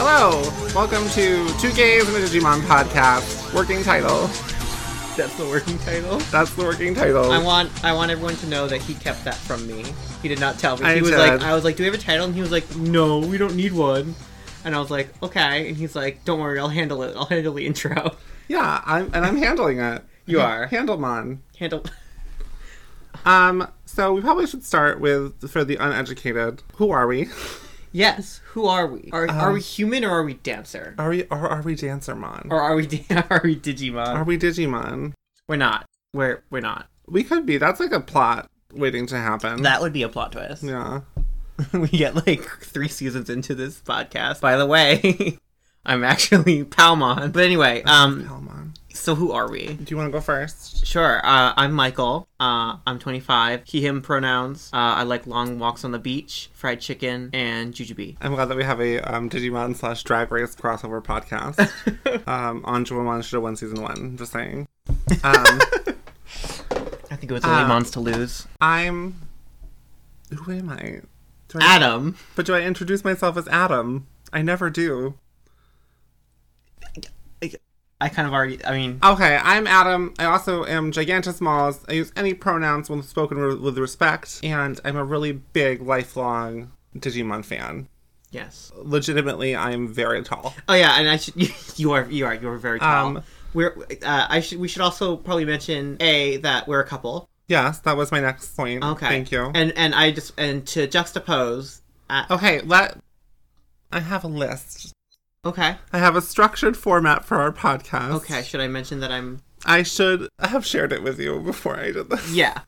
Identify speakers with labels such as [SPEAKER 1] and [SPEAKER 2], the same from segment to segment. [SPEAKER 1] Hello, welcome to Two Gays and a Digimon podcast. Working title.
[SPEAKER 2] That's the working title.
[SPEAKER 1] That's the working title.
[SPEAKER 2] I want I want everyone to know that he kept that from me. He did not tell me.
[SPEAKER 1] I
[SPEAKER 2] he was
[SPEAKER 1] said-
[SPEAKER 2] like I was like, "Do we have a title?" And he was like, "No, we don't need one." And I was like, "Okay." And he's like, "Don't worry, I'll handle it. I'll handle the intro."
[SPEAKER 1] yeah, I'm, and I'm handling it.
[SPEAKER 2] You are.
[SPEAKER 1] Handlemon.
[SPEAKER 2] Handle
[SPEAKER 1] Um, so we probably should start with for the uneducated. Who are we?
[SPEAKER 2] Yes, who are we? Are are we human or are we dancer?
[SPEAKER 1] Are we or are we Dancermon?
[SPEAKER 2] Or are we are we Digimon?
[SPEAKER 1] Are we Digimon?
[SPEAKER 2] we're not. We're we're not.
[SPEAKER 1] We could be. That's like a plot waiting to happen.
[SPEAKER 2] That would be a plot twist.
[SPEAKER 1] yeah.
[SPEAKER 2] we get like three seasons into this podcast. By the way, I'm actually Palmon. But anyway, um,
[SPEAKER 1] Palamon.
[SPEAKER 2] so who are we?
[SPEAKER 1] Do you want to go first?
[SPEAKER 2] Sure. Uh, I'm Michael. Uh, I'm 25. He/him pronouns. Uh, I like long walks on the beach, fried chicken, and jujube.
[SPEAKER 1] I'm glad that we have a um, Digimon slash Drag Race crossover podcast um, on Jumamon Shida 1 Season 1. Just saying. Um,
[SPEAKER 2] I think it was only Mons to lose.
[SPEAKER 1] I'm. Who am I? Do I
[SPEAKER 2] Adam.
[SPEAKER 1] But do I introduce myself as Adam? I never do.
[SPEAKER 2] I kind of already. I mean,
[SPEAKER 1] Okay, I'm Adam. I also am Gigantismals. I use any pronouns when spoken re- with respect, and I'm a really big, lifelong Digimon fan.
[SPEAKER 2] yes.
[SPEAKER 1] Legitimately, I'm very tall.
[SPEAKER 2] Oh yeah, and I should. You are. You are. You are very tall.
[SPEAKER 1] Um,
[SPEAKER 2] we're. Uh, I should. We should also probably mention a that we're a couple.
[SPEAKER 1] Yes, that was my next point.
[SPEAKER 2] Okay.
[SPEAKER 1] Thank you.
[SPEAKER 2] And and I just and to juxtapose. Uh,
[SPEAKER 1] okay, let. I have a list.
[SPEAKER 2] okay.
[SPEAKER 1] I have a structured format for our podcast.
[SPEAKER 2] Okay. Should I mention that I'm?
[SPEAKER 1] I should have shared it with you before I did this.
[SPEAKER 2] Yeah,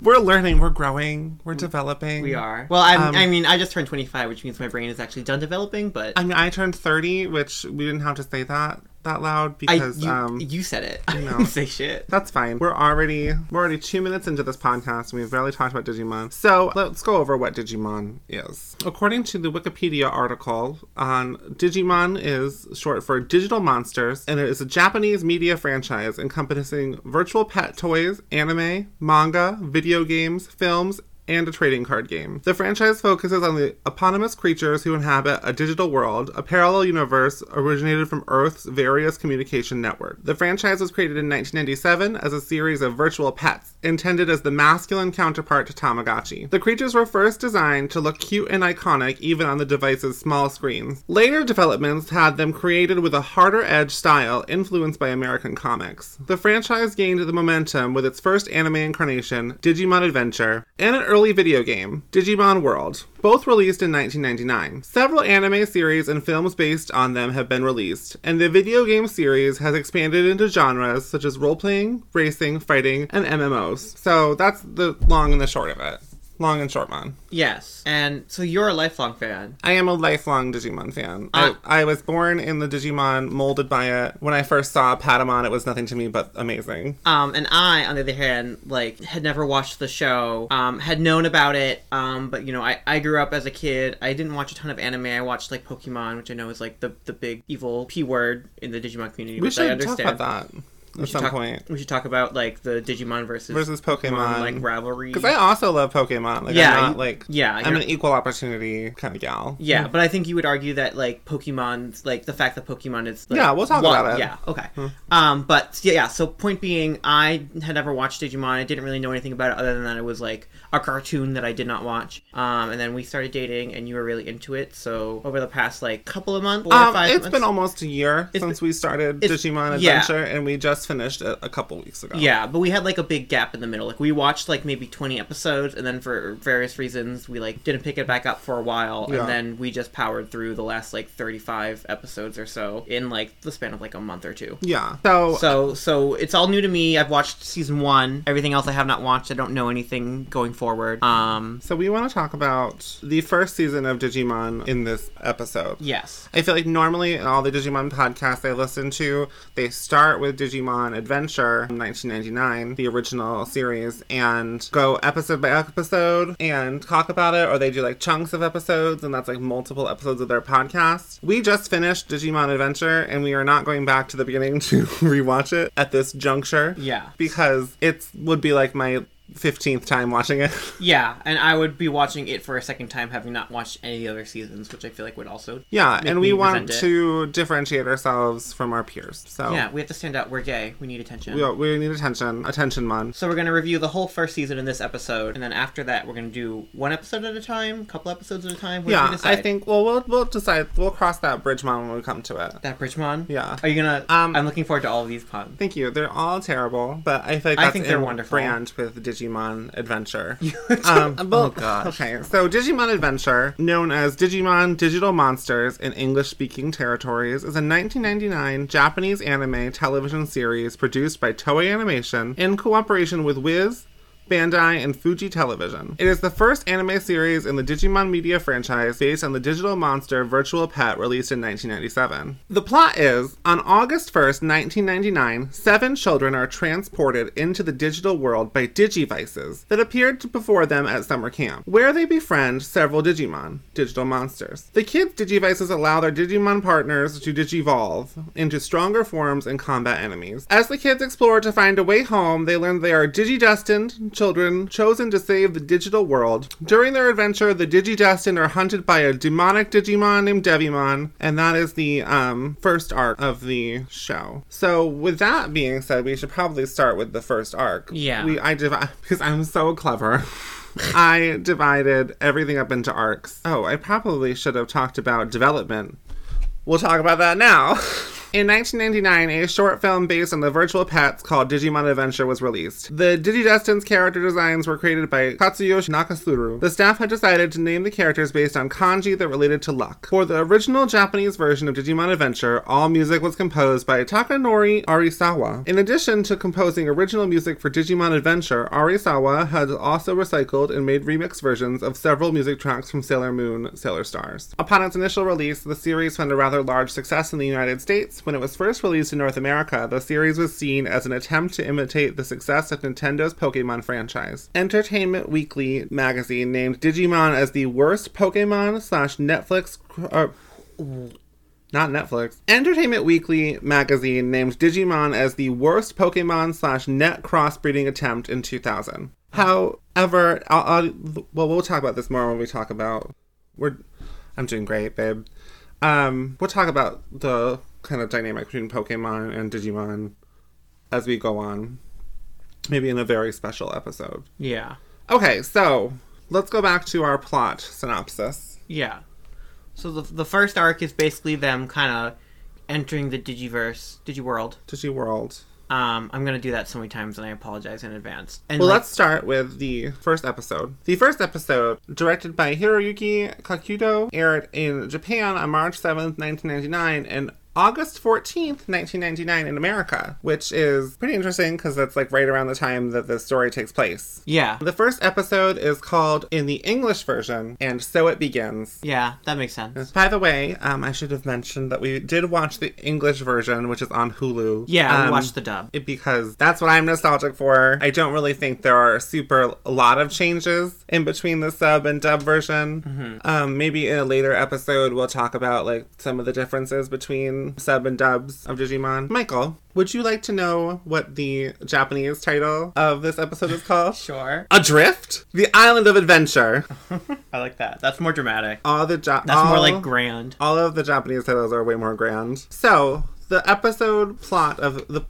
[SPEAKER 1] We're learning, we're growing, we're developing.
[SPEAKER 2] we are. Well, I'm,
[SPEAKER 1] Um,
[SPEAKER 2] I mean, I just turned 25, which means my brain is actually done developing. But
[SPEAKER 1] I mean, I turned 30, which we didn't have to say that that loud
[SPEAKER 2] I,
[SPEAKER 1] because
[SPEAKER 2] you,
[SPEAKER 1] um,
[SPEAKER 2] you said it. I
[SPEAKER 1] no.
[SPEAKER 2] didn't say shit.
[SPEAKER 1] that's fine. We're already we're already two minutes into this podcast and we've barely talked about Digimon. So let's go over what Digimon is. According to the Wikipedia article on Digimon is short for digital monsters and it is a Japanese media franchise encompassing virtual pet toys, anime, manga, video games, films, and a trading card game. The franchise focuses on the eponymous creatures who inhabit a digital world, a parallel universe originated from Earth's various communication network. The franchise was created in 1997 as a series of virtual pets, intended as the masculine counterpart to Tamagotchi. The creatures were first designed to look cute and iconic even on the device's small screens. Later developments had them created with a harder edge style influenced by American comics. The franchise gained the momentum with its first anime incarnation, Digimon Adventure, and an early video game, Digimon World, both released in 1999. Several anime series and films based on them have been released, and the video game series has expanded into genres such as role playing, racing, fighting, and MMOs. So that's the long and the short of it. Long and short, man.
[SPEAKER 2] Yes. And so you're a lifelong fan.
[SPEAKER 1] I am a lifelong Digimon fan.
[SPEAKER 2] Uh,
[SPEAKER 1] I, I was born in the Digimon, molded by it. When I first saw Patamon, it was nothing to me but amazing.
[SPEAKER 2] Um, and I, on the other hand, like had never watched the show, um, had known about it, um, but you know, I, I grew up as a kid. I didn't watch a ton of anime. I watched like Pokemon, which I know is like the, the big evil p word in the Digimon community.
[SPEAKER 1] We
[SPEAKER 2] which I
[SPEAKER 1] should
[SPEAKER 2] understand.
[SPEAKER 1] talk about that at
[SPEAKER 2] should
[SPEAKER 1] some
[SPEAKER 2] talk-
[SPEAKER 1] point.
[SPEAKER 2] We should talk about like the Digimon versus,
[SPEAKER 1] Versus Pokemon.
[SPEAKER 2] like rivalry.
[SPEAKER 1] Because I also love Pokemon. Like,
[SPEAKER 2] Yeah,
[SPEAKER 1] I'm not,
[SPEAKER 2] you-
[SPEAKER 1] like,
[SPEAKER 2] yeah,
[SPEAKER 1] I'm
[SPEAKER 2] you're-
[SPEAKER 1] an equal opportunity kind of gal.
[SPEAKER 2] yeah, but I think you would argue that like Pokemon's like the fact that Pokemon is like,
[SPEAKER 1] Yeah, we'll talk
[SPEAKER 2] one-
[SPEAKER 1] about it. Hmm.
[SPEAKER 2] Yeah, okay. Um, but yeah, yeah. So point being, I had never watched Digimon. I didn't really know anything about it other than that it was like a cartoon that I did not watch. Um, and then we started dating, and you were really into it. So over the past like couple of months, four or
[SPEAKER 1] Um,
[SPEAKER 2] five
[SPEAKER 1] it's
[SPEAKER 2] months,
[SPEAKER 1] been almost a year since we started
[SPEAKER 2] it's-
[SPEAKER 1] Digimon
[SPEAKER 2] yeah.
[SPEAKER 1] Adventure, and we just finished it a couple weeks ago.
[SPEAKER 2] Yeah, but we had like a big gap in the middle. Like we watched like maybe 20 episodes and then for various reasons we like didn't pick it back up for a while
[SPEAKER 1] Yeah.
[SPEAKER 2] and then we just powered through the last like 35 episodes or so in like the span of like a month or two.
[SPEAKER 1] Yeah. So,
[SPEAKER 2] So so it's all new to me. I've watched season 1. Everything else I have not watched. I don't know anything going forward. Um
[SPEAKER 1] so we want to talk about the first season of Digimon in this episode.
[SPEAKER 2] yes.
[SPEAKER 1] I feel like normally in all the Digimon podcasts I listen to, they start with Digimon Adventure from 1999, the original series, and go episode by episode and talk about it, or they do like chunks of episodes, and that's like multiple episodes of their podcast. We just finished Digimon Adventure, and we are not going back to the beginning to rewatch it at this juncture.
[SPEAKER 2] Yeah.
[SPEAKER 1] Because it would be like my 15th time watching it.
[SPEAKER 3] Yeah, and I would be watching it for a second time, having not watched any of the other seasons, which I feel like would also.
[SPEAKER 1] Yeah,
[SPEAKER 3] Make
[SPEAKER 1] and we
[SPEAKER 3] me
[SPEAKER 1] want
[SPEAKER 3] resent it.
[SPEAKER 1] to differentiate ourselves from our peers. So
[SPEAKER 3] Yeah, we have to stand out. We're gay. We need attention.
[SPEAKER 1] Oh. we, we need attention. Attention, Mon.
[SPEAKER 3] So we're gonna review the whole first season in this episode, and then after that, we're gonna do one episode at a time, couple episodes at a time. What do we
[SPEAKER 1] Yeah, I
[SPEAKER 3] decide?
[SPEAKER 1] think, well, we'll we'll decide. We'll cross that bridge, Mon, when we come to it.
[SPEAKER 3] that Bridgemon.
[SPEAKER 1] Yeah.
[SPEAKER 3] Are you gonna?
[SPEAKER 1] Um,
[SPEAKER 3] I'm looking forward to all of these puns.
[SPEAKER 1] Thank you. They're all terrible, but I feel like
[SPEAKER 3] I
[SPEAKER 1] that's
[SPEAKER 3] think they're
[SPEAKER 1] in
[SPEAKER 3] wonderful.
[SPEAKER 1] brand with Digimon Adventure.
[SPEAKER 3] Um,
[SPEAKER 1] Uh, well,
[SPEAKER 3] oh gosh.
[SPEAKER 1] Okay, so Digimon Adventure, known as Digimon Digital Monsters in English speaking territories, is a 1999 Japanese anime television series produced by Toei Animation in cooperation with Wiz. Bandai and Fuji Television. It is the first anime series in the Digimon media franchise based on the digital monster Virtual Pet released in 1997. The plot is on August 1st, 1999, seven children are transported into the digital world by digivices that appeared before them at summer camp, where they befriend several Digimon, digital monsters. The kids' digivices allow their Digimon partners to digivolve into stronger forms and combat enemies. As the kids explore to find a way home, they learn they are digidestined children chosen to save the digital world. During their adventure, the digidestined are hunted by a demonic Digimon named Devimon, and that is the um, first arc of the show. So, with that being said, we should probably start with the first arc.
[SPEAKER 3] Yeah.
[SPEAKER 1] we I divi- because I'm so clever. I divided everything up into arcs. Oh, I probably should have talked about development. We'll talk about that now. In 1999, a short film based on the virtual pets called Digimon Adventure was released. The Digidestin's character designs were created by Katsuyoshi Nakasuru. The staff had decided to name the characters based on kanji that related to luck. For the original Japanese version of Digimon Adventure, all music was composed by Takanori Arisawa. In addition to composing original music for Digimon Adventure, Arisawa had also recycled and made remix versions of several music tracks from Sailor Moon, Sailor Stars. Upon its initial release, the series found a rather large success in the United States. When it was first released in North America, the series was seen as an attempt to imitate the success of Nintendo's Pokemon franchise. Entertainment Weekly magazine named Digimon as the worst Pokemon slash Netflix. cr- Uh, not Netflix. Entertainment Weekly magazine named Digimon as the worst Pokemon slash net crossbreeding attempt in 2000. However, I'll, I'll, well, we'll talk about this more when we talk about. We're, I'm doing great, babe. Um, we'll talk about the kind of dynamic between Pokemon and Digimon as we go on, maybe in a very special episode.
[SPEAKER 3] yeah.
[SPEAKER 1] Okay, so let's go back to our plot synopsis.
[SPEAKER 3] Yeah. So the the first arc is basically them kind of entering the Digiverse, Digiworld.
[SPEAKER 1] Digiworld.
[SPEAKER 3] Um, I'm gonna do that so many times, and I apologize in advance. And
[SPEAKER 1] Well,
[SPEAKER 3] like,
[SPEAKER 1] let's start with the first episode. The first episode, directed by Hiroyuki Kakudo, aired in Japan on March 7th, 1999, and August 14th, 1999, in America, which is pretty interesting because that's like right around the time that the story takes place.
[SPEAKER 3] yeah,
[SPEAKER 1] The first episode is called In the English Version, and So It Begins.
[SPEAKER 3] yeah, that makes sense.
[SPEAKER 1] By the way, um, I should have mentioned that we did watch the English version, which is on Hulu.
[SPEAKER 3] Yeah, we
[SPEAKER 1] Um,
[SPEAKER 3] watched the dub.
[SPEAKER 1] it- because that's what I'm nostalgic for. I don't really think there are super a lot of changes in between the sub and dub version.
[SPEAKER 3] Mm-hmm.
[SPEAKER 1] Um, maybe in a later episode we'll talk about like some of the differences between sub and dubs of Digimon. Michael, would you like to know what the Japanese title of this episode is called?
[SPEAKER 3] Sure,
[SPEAKER 1] Adrift, the Island of Adventure.
[SPEAKER 3] I like that. That's more dramatic.
[SPEAKER 1] All the ja-
[SPEAKER 3] That's more
[SPEAKER 1] all-
[SPEAKER 3] like grand.
[SPEAKER 1] all of the Japanese titles are way more grand. So the episode plot of the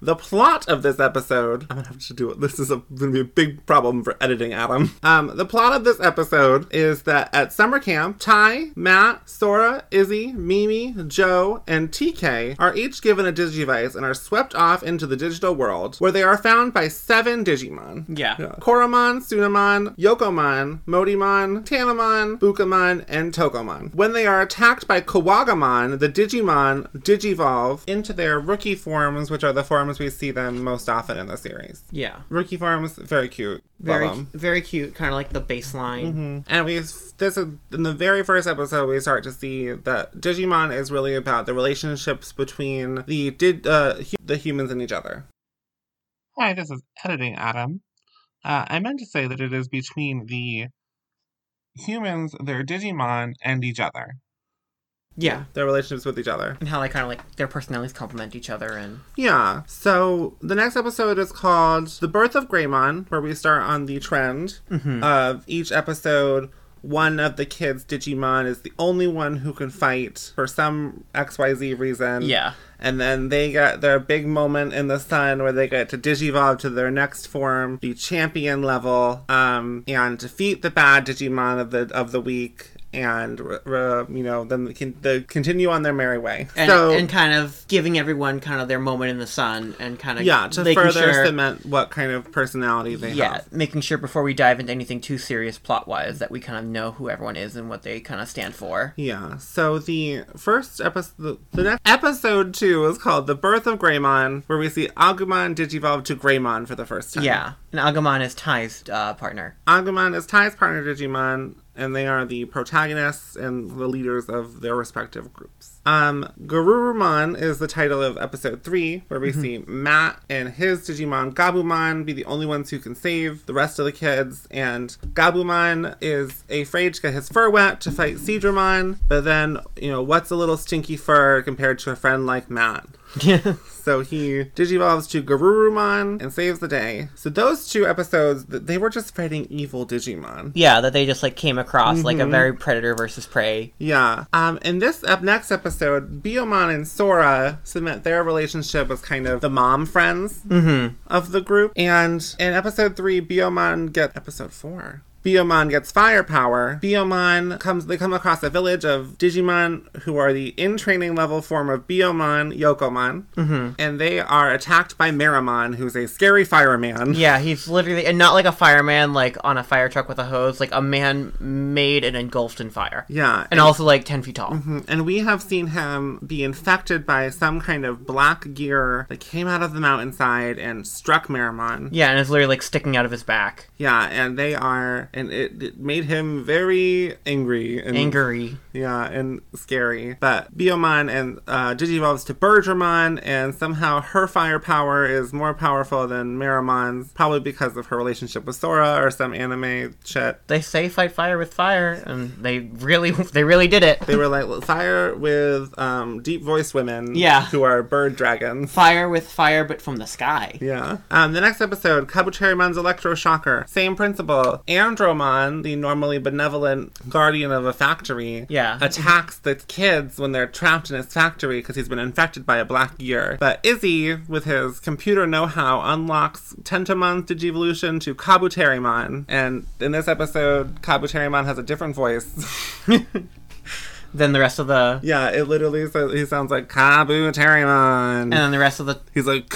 [SPEAKER 1] the plot of this episode. I'm gonna have to do it. This is a, gonna be a big problem for editing, Adam. Um, the plot of this episode is that at summer camp, Ty, Matt, Sora, Izzy, Mimi, Joe, and TK are each given a digivice and are swept off into the digital world, where they are found by seven Digimon.
[SPEAKER 3] Yeah.
[SPEAKER 1] Koromon, Sunamon, Yokomon, Modimon, Tanamon, Bukamon, and Tokomon. When they are attacked by Kawagamon, the Digimon digivolve into their rookie forms, which are the forms we see them most often in the series.
[SPEAKER 3] Yeah,
[SPEAKER 1] Rookie forms, very cute. Love
[SPEAKER 3] very
[SPEAKER 1] 'em.
[SPEAKER 3] very cute, kind of like the baseline.
[SPEAKER 2] Mm-hmm.
[SPEAKER 1] And we this is in the very first episode we start to see that Digimon is really about the relationships between the did uh, hu- the humans and each other. Hi, this is editing Adam. Uh, I meant to say that it is between the humans, their Digimon, and each other.
[SPEAKER 2] Yeah.
[SPEAKER 1] their relationships with each other.
[SPEAKER 2] And how they kind of like their personalities complement each other and
[SPEAKER 1] Yeah. So the next episode is called The Birth of Greymon, where we start on the trend
[SPEAKER 2] Mm-hmm.
[SPEAKER 1] of each episode. One of the kids, Digimon, is the only one who can fight for some XYZ reason.
[SPEAKER 2] Yeah.
[SPEAKER 1] And then they get their big moment in the sun where they get to digivolve to their next form, the champion level, um, and defeat the bad Digimon of the of the week, and re- re- you know then they can they continue on their merry way.
[SPEAKER 2] and,
[SPEAKER 1] so
[SPEAKER 2] and kind of giving everyone kind of their moment in the sun and kind of
[SPEAKER 1] yeah, to
[SPEAKER 2] making
[SPEAKER 1] further
[SPEAKER 2] sure-
[SPEAKER 1] cement what kind of personality they
[SPEAKER 2] yeah,
[SPEAKER 1] have.
[SPEAKER 2] making sure before we dive into anything too serious plot wise that we kind of know who everyone is and what they kind of stand for.
[SPEAKER 1] Yeah. So the first episode, the, the next episode two is called "The Birth of Greymon," where we see Agumon digivolve to Greymon for the first time.
[SPEAKER 2] Yeah, and Agumon is Tai's uh, partner.
[SPEAKER 1] Agumon is Tai's partner Digimon, and they are the protagonists and the leaders of their respective groups. Um, Garurumon is the title of episode three, where we see Matt and his Digimon Gabumon be the only ones who can save the rest of the kids, and Gabumon is afraid to get his fur wet to fight Seedramon, but then, you know, what's a little stinky fur compared to a friend like Matt? So he digivolves to Garurumon and saves the day. So those two episodes, th- they were just fighting evil Digimon.
[SPEAKER 2] yeah, that they just like came across like a very predator versus prey.
[SPEAKER 1] Yeah. Um. In this up next episode, Biomon and Sora submit their relationship as kind of the mom friends
[SPEAKER 2] Mm-hmm.
[SPEAKER 1] of the group. And in episode three, Biomon get episode four. Biomon gets firepower. Biomon comes. They come across a village of Digimon who are the in training level form of Biomon Yokomon,
[SPEAKER 2] Mm-hmm.
[SPEAKER 1] and they are attacked by Meramon, who's a scary fireman.
[SPEAKER 2] Yeah, he's literally and not like a fireman like on a fire truck with a hose, like a man made and engulfed in fire.
[SPEAKER 1] Yeah,
[SPEAKER 2] and, also like ten feet tall.
[SPEAKER 1] And we have seen him be infected by some kind of black gear that came out of the mountainside and struck Marimon.
[SPEAKER 2] Yeah, and it's literally like sticking out of his back.
[SPEAKER 1] Yeah, and they are, and it, it made him very angry
[SPEAKER 2] Mm.
[SPEAKER 1] and
[SPEAKER 2] Angry.
[SPEAKER 1] Yeah, and scary. But Biomon and uh, digivolves to Bergermon, and somehow her firepower is more powerful than Marimon's, probably because of her relationship with Sora or some anime shit.
[SPEAKER 2] They say fight fire with fire, and they really, they really did it.
[SPEAKER 1] They were like fire with um, deep voiced women,
[SPEAKER 2] Yeah.
[SPEAKER 1] who are bird dragons.
[SPEAKER 2] Fire with fire, but from the sky.
[SPEAKER 1] Yeah. Um, the next episode, Kabuterimon's Electroshocker. Same principle. Andromon, the normally benevolent guardian of a factory,
[SPEAKER 2] Yeah.
[SPEAKER 1] attacks the kids when they're trapped in his factory because he's been infected by a black gear. But Izzy, with his computer know-how, unlocks Tentamon's Digivolution to Kabuterimon. And in this episode, Kabuterimon has a different voice.
[SPEAKER 2] Then the rest of the,
[SPEAKER 1] yeah, it literally says he sounds like Kabuterimon.
[SPEAKER 2] and then the rest of the,
[SPEAKER 1] he's like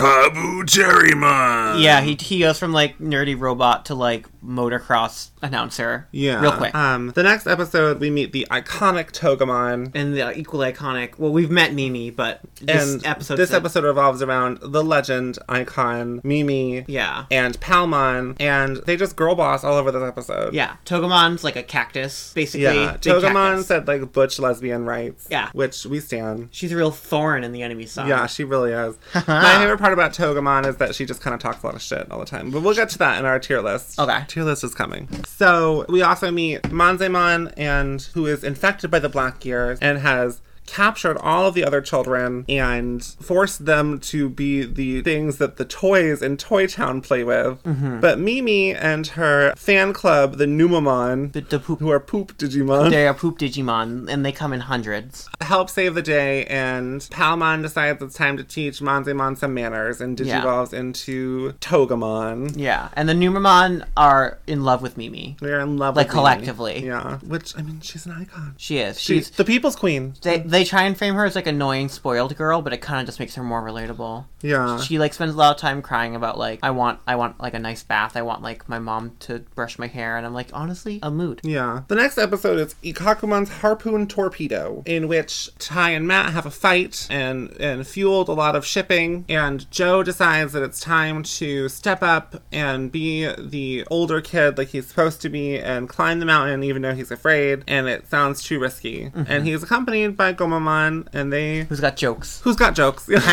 [SPEAKER 1] Kabuterimon.
[SPEAKER 2] yeah, he he goes from like nerdy robot to like motocross announcer.
[SPEAKER 1] Yeah.
[SPEAKER 2] real quick.
[SPEAKER 1] Um, the next episode, we meet the iconic Togemon.
[SPEAKER 2] and the equally iconic. Well, we've met Mimi, but this
[SPEAKER 1] And
[SPEAKER 2] episode,
[SPEAKER 1] this episode revolves around the legend icon Mimi
[SPEAKER 2] yeah,
[SPEAKER 1] and Palmon, and they just girl boss all over this episode.
[SPEAKER 2] yeah. Togemon's like a cactus, basically.
[SPEAKER 1] Yeah.
[SPEAKER 2] Big
[SPEAKER 1] Togemon
[SPEAKER 2] cactus.
[SPEAKER 1] said like butch lesbian rights.
[SPEAKER 2] Yeah.
[SPEAKER 1] Which we stand.
[SPEAKER 2] she's a real thorn in the enemy's side.
[SPEAKER 1] Yeah, she really is. My favorite part about Togemon is that she just kind of talks a lot of shit all the time. But we'll get to that in our tier list.
[SPEAKER 2] Okay.
[SPEAKER 1] Tier list is coming. So we also meet Manzemon, and who is infected by the Black Gear and has captured all of the other children and forced them to be the things that the toys in Toy Town play with. But Mimi and her fan club, the Numamon,
[SPEAKER 2] the, the poop.
[SPEAKER 1] who are poop Digimon,
[SPEAKER 2] They are poop Digimon, and they come in hundreds.
[SPEAKER 1] help save the day, and Palmon decides it's time to teach Monzemon some manners and
[SPEAKER 2] Yeah.
[SPEAKER 1] digivolves into Togemon.
[SPEAKER 2] Yeah, and the Numamon are in love with Mimi.
[SPEAKER 1] They're in love,
[SPEAKER 2] Like,
[SPEAKER 1] with Mimi.
[SPEAKER 2] collectively.
[SPEAKER 1] yeah. Which I mean, she's an icon.
[SPEAKER 2] She is. She's.
[SPEAKER 1] She's the people's queen.
[SPEAKER 2] they, they try and frame her as like annoying spoiled girl, but it kind of just makes her more relatable.
[SPEAKER 1] Yeah,
[SPEAKER 2] She like spends a lot of time crying about like I want I want like a nice bath. I want like my mom to brush my hair, and I'm like honestly a mood.
[SPEAKER 1] yeah. The next episode is Ikakumon's harpoon torpedo, in which Ty and Matt have a fight and and fueled a lot of shipping. And Joe decides that it's time to step up and be the older kid like he's supposed to be, and climb the mountain even though he's afraid. And it sounds too risky. And he's accompanied by Gomon Gomamon, and they
[SPEAKER 3] Who's got jokes?
[SPEAKER 1] who's got jokes,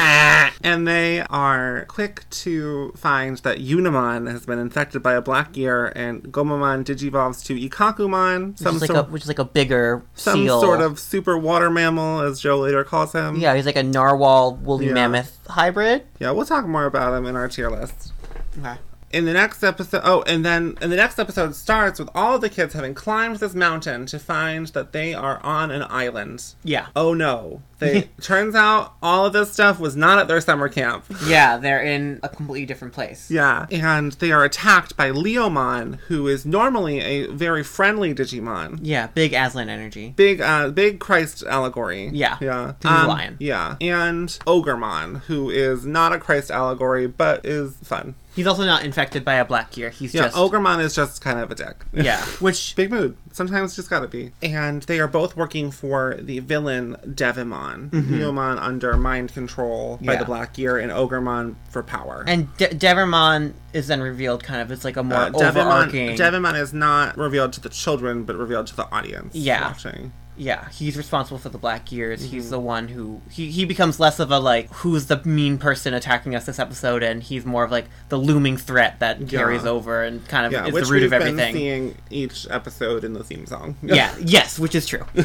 [SPEAKER 1] and they are quick to find that Unimon has been infected by a black ear, and Gomamon digivolves to Ikakumon, some
[SPEAKER 2] which is,
[SPEAKER 1] sort
[SPEAKER 2] like a, which is like a bigger
[SPEAKER 1] some
[SPEAKER 2] seal.
[SPEAKER 1] sort of super water mammal, as Joe later calls him.
[SPEAKER 2] Yeah, he's like a narwhal woolly
[SPEAKER 1] Yeah.
[SPEAKER 2] mammoth hybrid.
[SPEAKER 1] yeah, we'll talk more about him in our tier list.
[SPEAKER 3] Okay.
[SPEAKER 1] in the next episode oh and then and the next episode starts with all the kids having climbed this mountain to find that they are on an island
[SPEAKER 3] Yeah.
[SPEAKER 1] oh no they turns out all of this stuff was not at their summer camp
[SPEAKER 3] Yeah, they're in a completely different place.
[SPEAKER 1] yeah and they are attacked by leomon who is normally a very friendly digimon
[SPEAKER 3] Yeah, big Aslan energy.
[SPEAKER 1] Big, uh, big Christ allegory.
[SPEAKER 3] Yeah.
[SPEAKER 1] yeah. Um,
[SPEAKER 3] 'Cause he's a lion.
[SPEAKER 1] Yeah, and Ogremon, who is not a Christ allegory, but is fun.
[SPEAKER 3] He's also not infected by a black gear. He's
[SPEAKER 1] Yeah,
[SPEAKER 3] just
[SPEAKER 1] Ogremon is just kind of a dick.
[SPEAKER 3] yeah, which
[SPEAKER 1] Big mood. Sometimes just gotta be. And they are both working for the villain Devimon. Neomon under mind control by
[SPEAKER 3] Mm-hmm. Yeah.
[SPEAKER 1] the Black Gear and Ogremon for power.
[SPEAKER 2] And De- Devermon is then revealed kind of. It's like a more
[SPEAKER 1] Uh, Devimon,
[SPEAKER 2] overarching.
[SPEAKER 1] Devimon is not revealed to the children, but revealed to the audience.
[SPEAKER 2] Yeah.
[SPEAKER 1] Watching.
[SPEAKER 2] yeah, he's responsible for the Black Gears.
[SPEAKER 1] Mhm.
[SPEAKER 2] He's the one who he, he becomes less of a like who's the mean person attacking us this episode, and he's more of like the looming threat that carries over and kind of
[SPEAKER 1] Yeah,
[SPEAKER 2] is
[SPEAKER 1] which
[SPEAKER 2] the root
[SPEAKER 1] we've
[SPEAKER 2] of everything.
[SPEAKER 1] been seeing each episode in the theme song.
[SPEAKER 2] yeah, yes, which is true.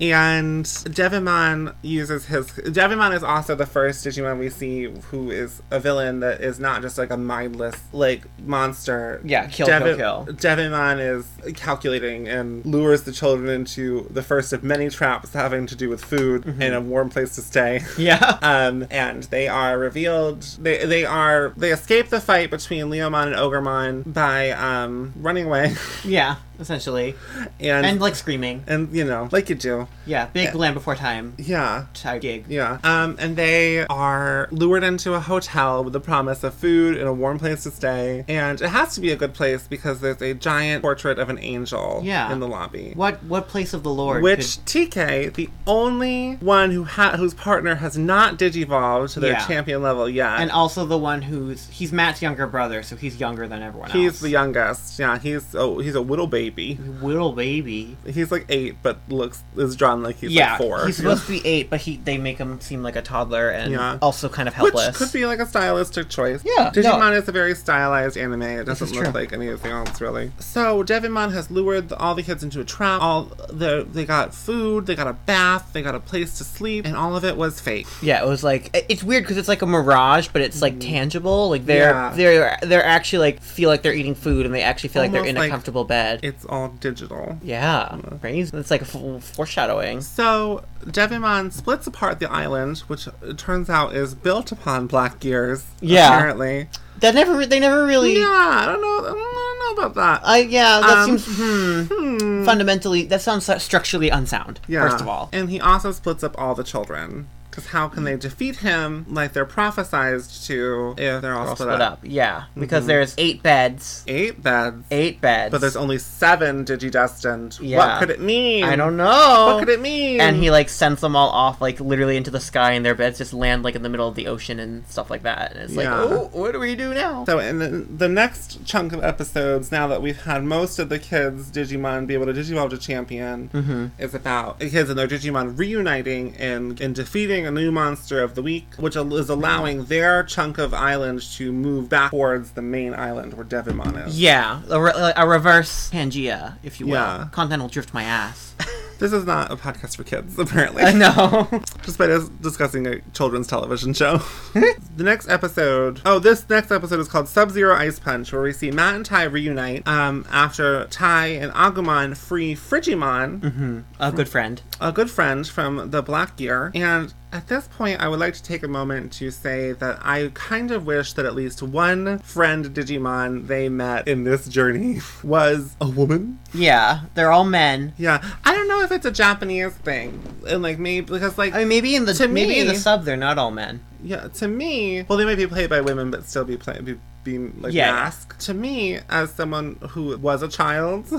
[SPEAKER 1] And Devimon uses his. Devimon is also the first Digimon we see who is a villain that is not just like a mindless like monster.
[SPEAKER 3] Yeah, kill, kill, kill.
[SPEAKER 1] Devimon is calculating and lures the children into the first of many traps having to do with food
[SPEAKER 2] Mm-hmm.
[SPEAKER 1] and a warm place to stay.
[SPEAKER 3] yeah.
[SPEAKER 1] Um, and they are revealed. They they are they escape the fight between Leomon and Ogremon by um running away,
[SPEAKER 3] Yeah, essentially.
[SPEAKER 1] and
[SPEAKER 3] And
[SPEAKER 1] and,
[SPEAKER 3] like screaming.
[SPEAKER 1] you know like you do.
[SPEAKER 3] Yeah, big land before time
[SPEAKER 1] Yeah.
[SPEAKER 3] type gig.
[SPEAKER 1] Yeah. Um, and they are lured into a hotel with the promise of food and a warm place to stay. And it has to be a good place because there's a giant portrait of an angel
[SPEAKER 3] Yeah.
[SPEAKER 1] in the lobby.
[SPEAKER 3] What what place of the Lord?
[SPEAKER 1] Which TK, the only one who ha- whose partner has not digivolved to their
[SPEAKER 3] Yeah.
[SPEAKER 1] champion level yet.
[SPEAKER 3] and also the one who's he's Matt's younger brother, so he's younger than everyone
[SPEAKER 1] he's
[SPEAKER 3] else.
[SPEAKER 1] the youngest. Yeah, he's oh he's a little baby.
[SPEAKER 3] little baby.
[SPEAKER 1] He's like eight, but looks is drawn like he's
[SPEAKER 3] yeah,
[SPEAKER 1] like four.
[SPEAKER 3] he's supposed to be eight, but he they make him seem like a toddler and
[SPEAKER 1] Yeah.
[SPEAKER 3] also kind of
[SPEAKER 1] Which
[SPEAKER 3] helpless.
[SPEAKER 1] could be like a stylistic choice.
[SPEAKER 3] Yeah,
[SPEAKER 1] Digimon
[SPEAKER 3] no.
[SPEAKER 1] is a very stylized anime. It
[SPEAKER 3] is
[SPEAKER 1] doesn't look
[SPEAKER 3] true.
[SPEAKER 1] like anything else really. So Devimon has lured the, all the kids into a trap. All the they got food, they got a bath, they got a place to sleep, and all of it was fake.
[SPEAKER 2] Yeah, it was like it- it's weird because it's like a mirage, but it's like tangible. Like they're
[SPEAKER 1] Mm. Yeah.
[SPEAKER 2] they're they're actually like feel like they're eating food, and they actually feel like they're
[SPEAKER 1] Almost
[SPEAKER 2] in
[SPEAKER 1] like-
[SPEAKER 2] a comfortable bed.
[SPEAKER 1] It's all digital.
[SPEAKER 2] yeah, crazy. It's like a f- foreshadowing.
[SPEAKER 1] So Devimon splits apart the island, which it turns out is built upon Black Gears.
[SPEAKER 2] Yeah.
[SPEAKER 1] apparently.
[SPEAKER 2] That never they never really.
[SPEAKER 1] Yeah, I don't know. I don't know about that.
[SPEAKER 2] I yeah, that
[SPEAKER 1] Um,
[SPEAKER 2] seems hmm, fundamentally that sounds su- structurally unsound.
[SPEAKER 1] Yeah.
[SPEAKER 2] First of all,
[SPEAKER 1] And he also splits up all the children. Because how can they defeat him like they're prophesized to if they're all, split,
[SPEAKER 2] split
[SPEAKER 1] up. Mm-hmm.
[SPEAKER 2] up. Yeah, because there's eight beds,
[SPEAKER 1] Eight beds.
[SPEAKER 2] eight beds.
[SPEAKER 1] But there's only seven Digidestined. What
[SPEAKER 2] Yeah.
[SPEAKER 1] could it mean?
[SPEAKER 2] I don't know.
[SPEAKER 1] What could it mean?
[SPEAKER 2] and he like sends them all off like literally into the sky and their beds just land like in the middle of the ocean and stuff like that and it's
[SPEAKER 1] Yeah.
[SPEAKER 2] like oh what do we do now
[SPEAKER 1] So in the, the next chunk of episodes, now that we've had most of the kids Digimon be able to Digivolve to Champion, is about the kids and their Digimon reuniting and, and defeating a new monster of the week, which al- is allowing their chunk of island to move back towards the main island where Devimon is.
[SPEAKER 2] yeah a, re- a reverse pangea if you will
[SPEAKER 1] Yeah.
[SPEAKER 2] continental drift my ass
[SPEAKER 1] This is not a podcast for kids, apparently.
[SPEAKER 2] no
[SPEAKER 1] despite us discussing a children's television show. the next episode, oh, this next episode is called Sub Zero Ice Punch, where we see Matt and Tai reunite um, after Tai and Agumon free Frigimon,
[SPEAKER 2] a good friend
[SPEAKER 1] a good friend from the Black Gear. And at this point, I would like to take a moment to say that I kind of wish that at least one friend Digimon they met in this journey was a woman.
[SPEAKER 2] yeah they're all men
[SPEAKER 1] Yeah, I don't know if it's a Japanese thing, and like maybe because like
[SPEAKER 2] i mean maybe in the
[SPEAKER 1] To
[SPEAKER 2] maybe in
[SPEAKER 1] me-
[SPEAKER 2] the sub they're not all men
[SPEAKER 1] Yeah, to me, well, they might be played by women, but still be played, be, be like
[SPEAKER 2] Yeah.
[SPEAKER 1] masked. To me, as someone who was a child,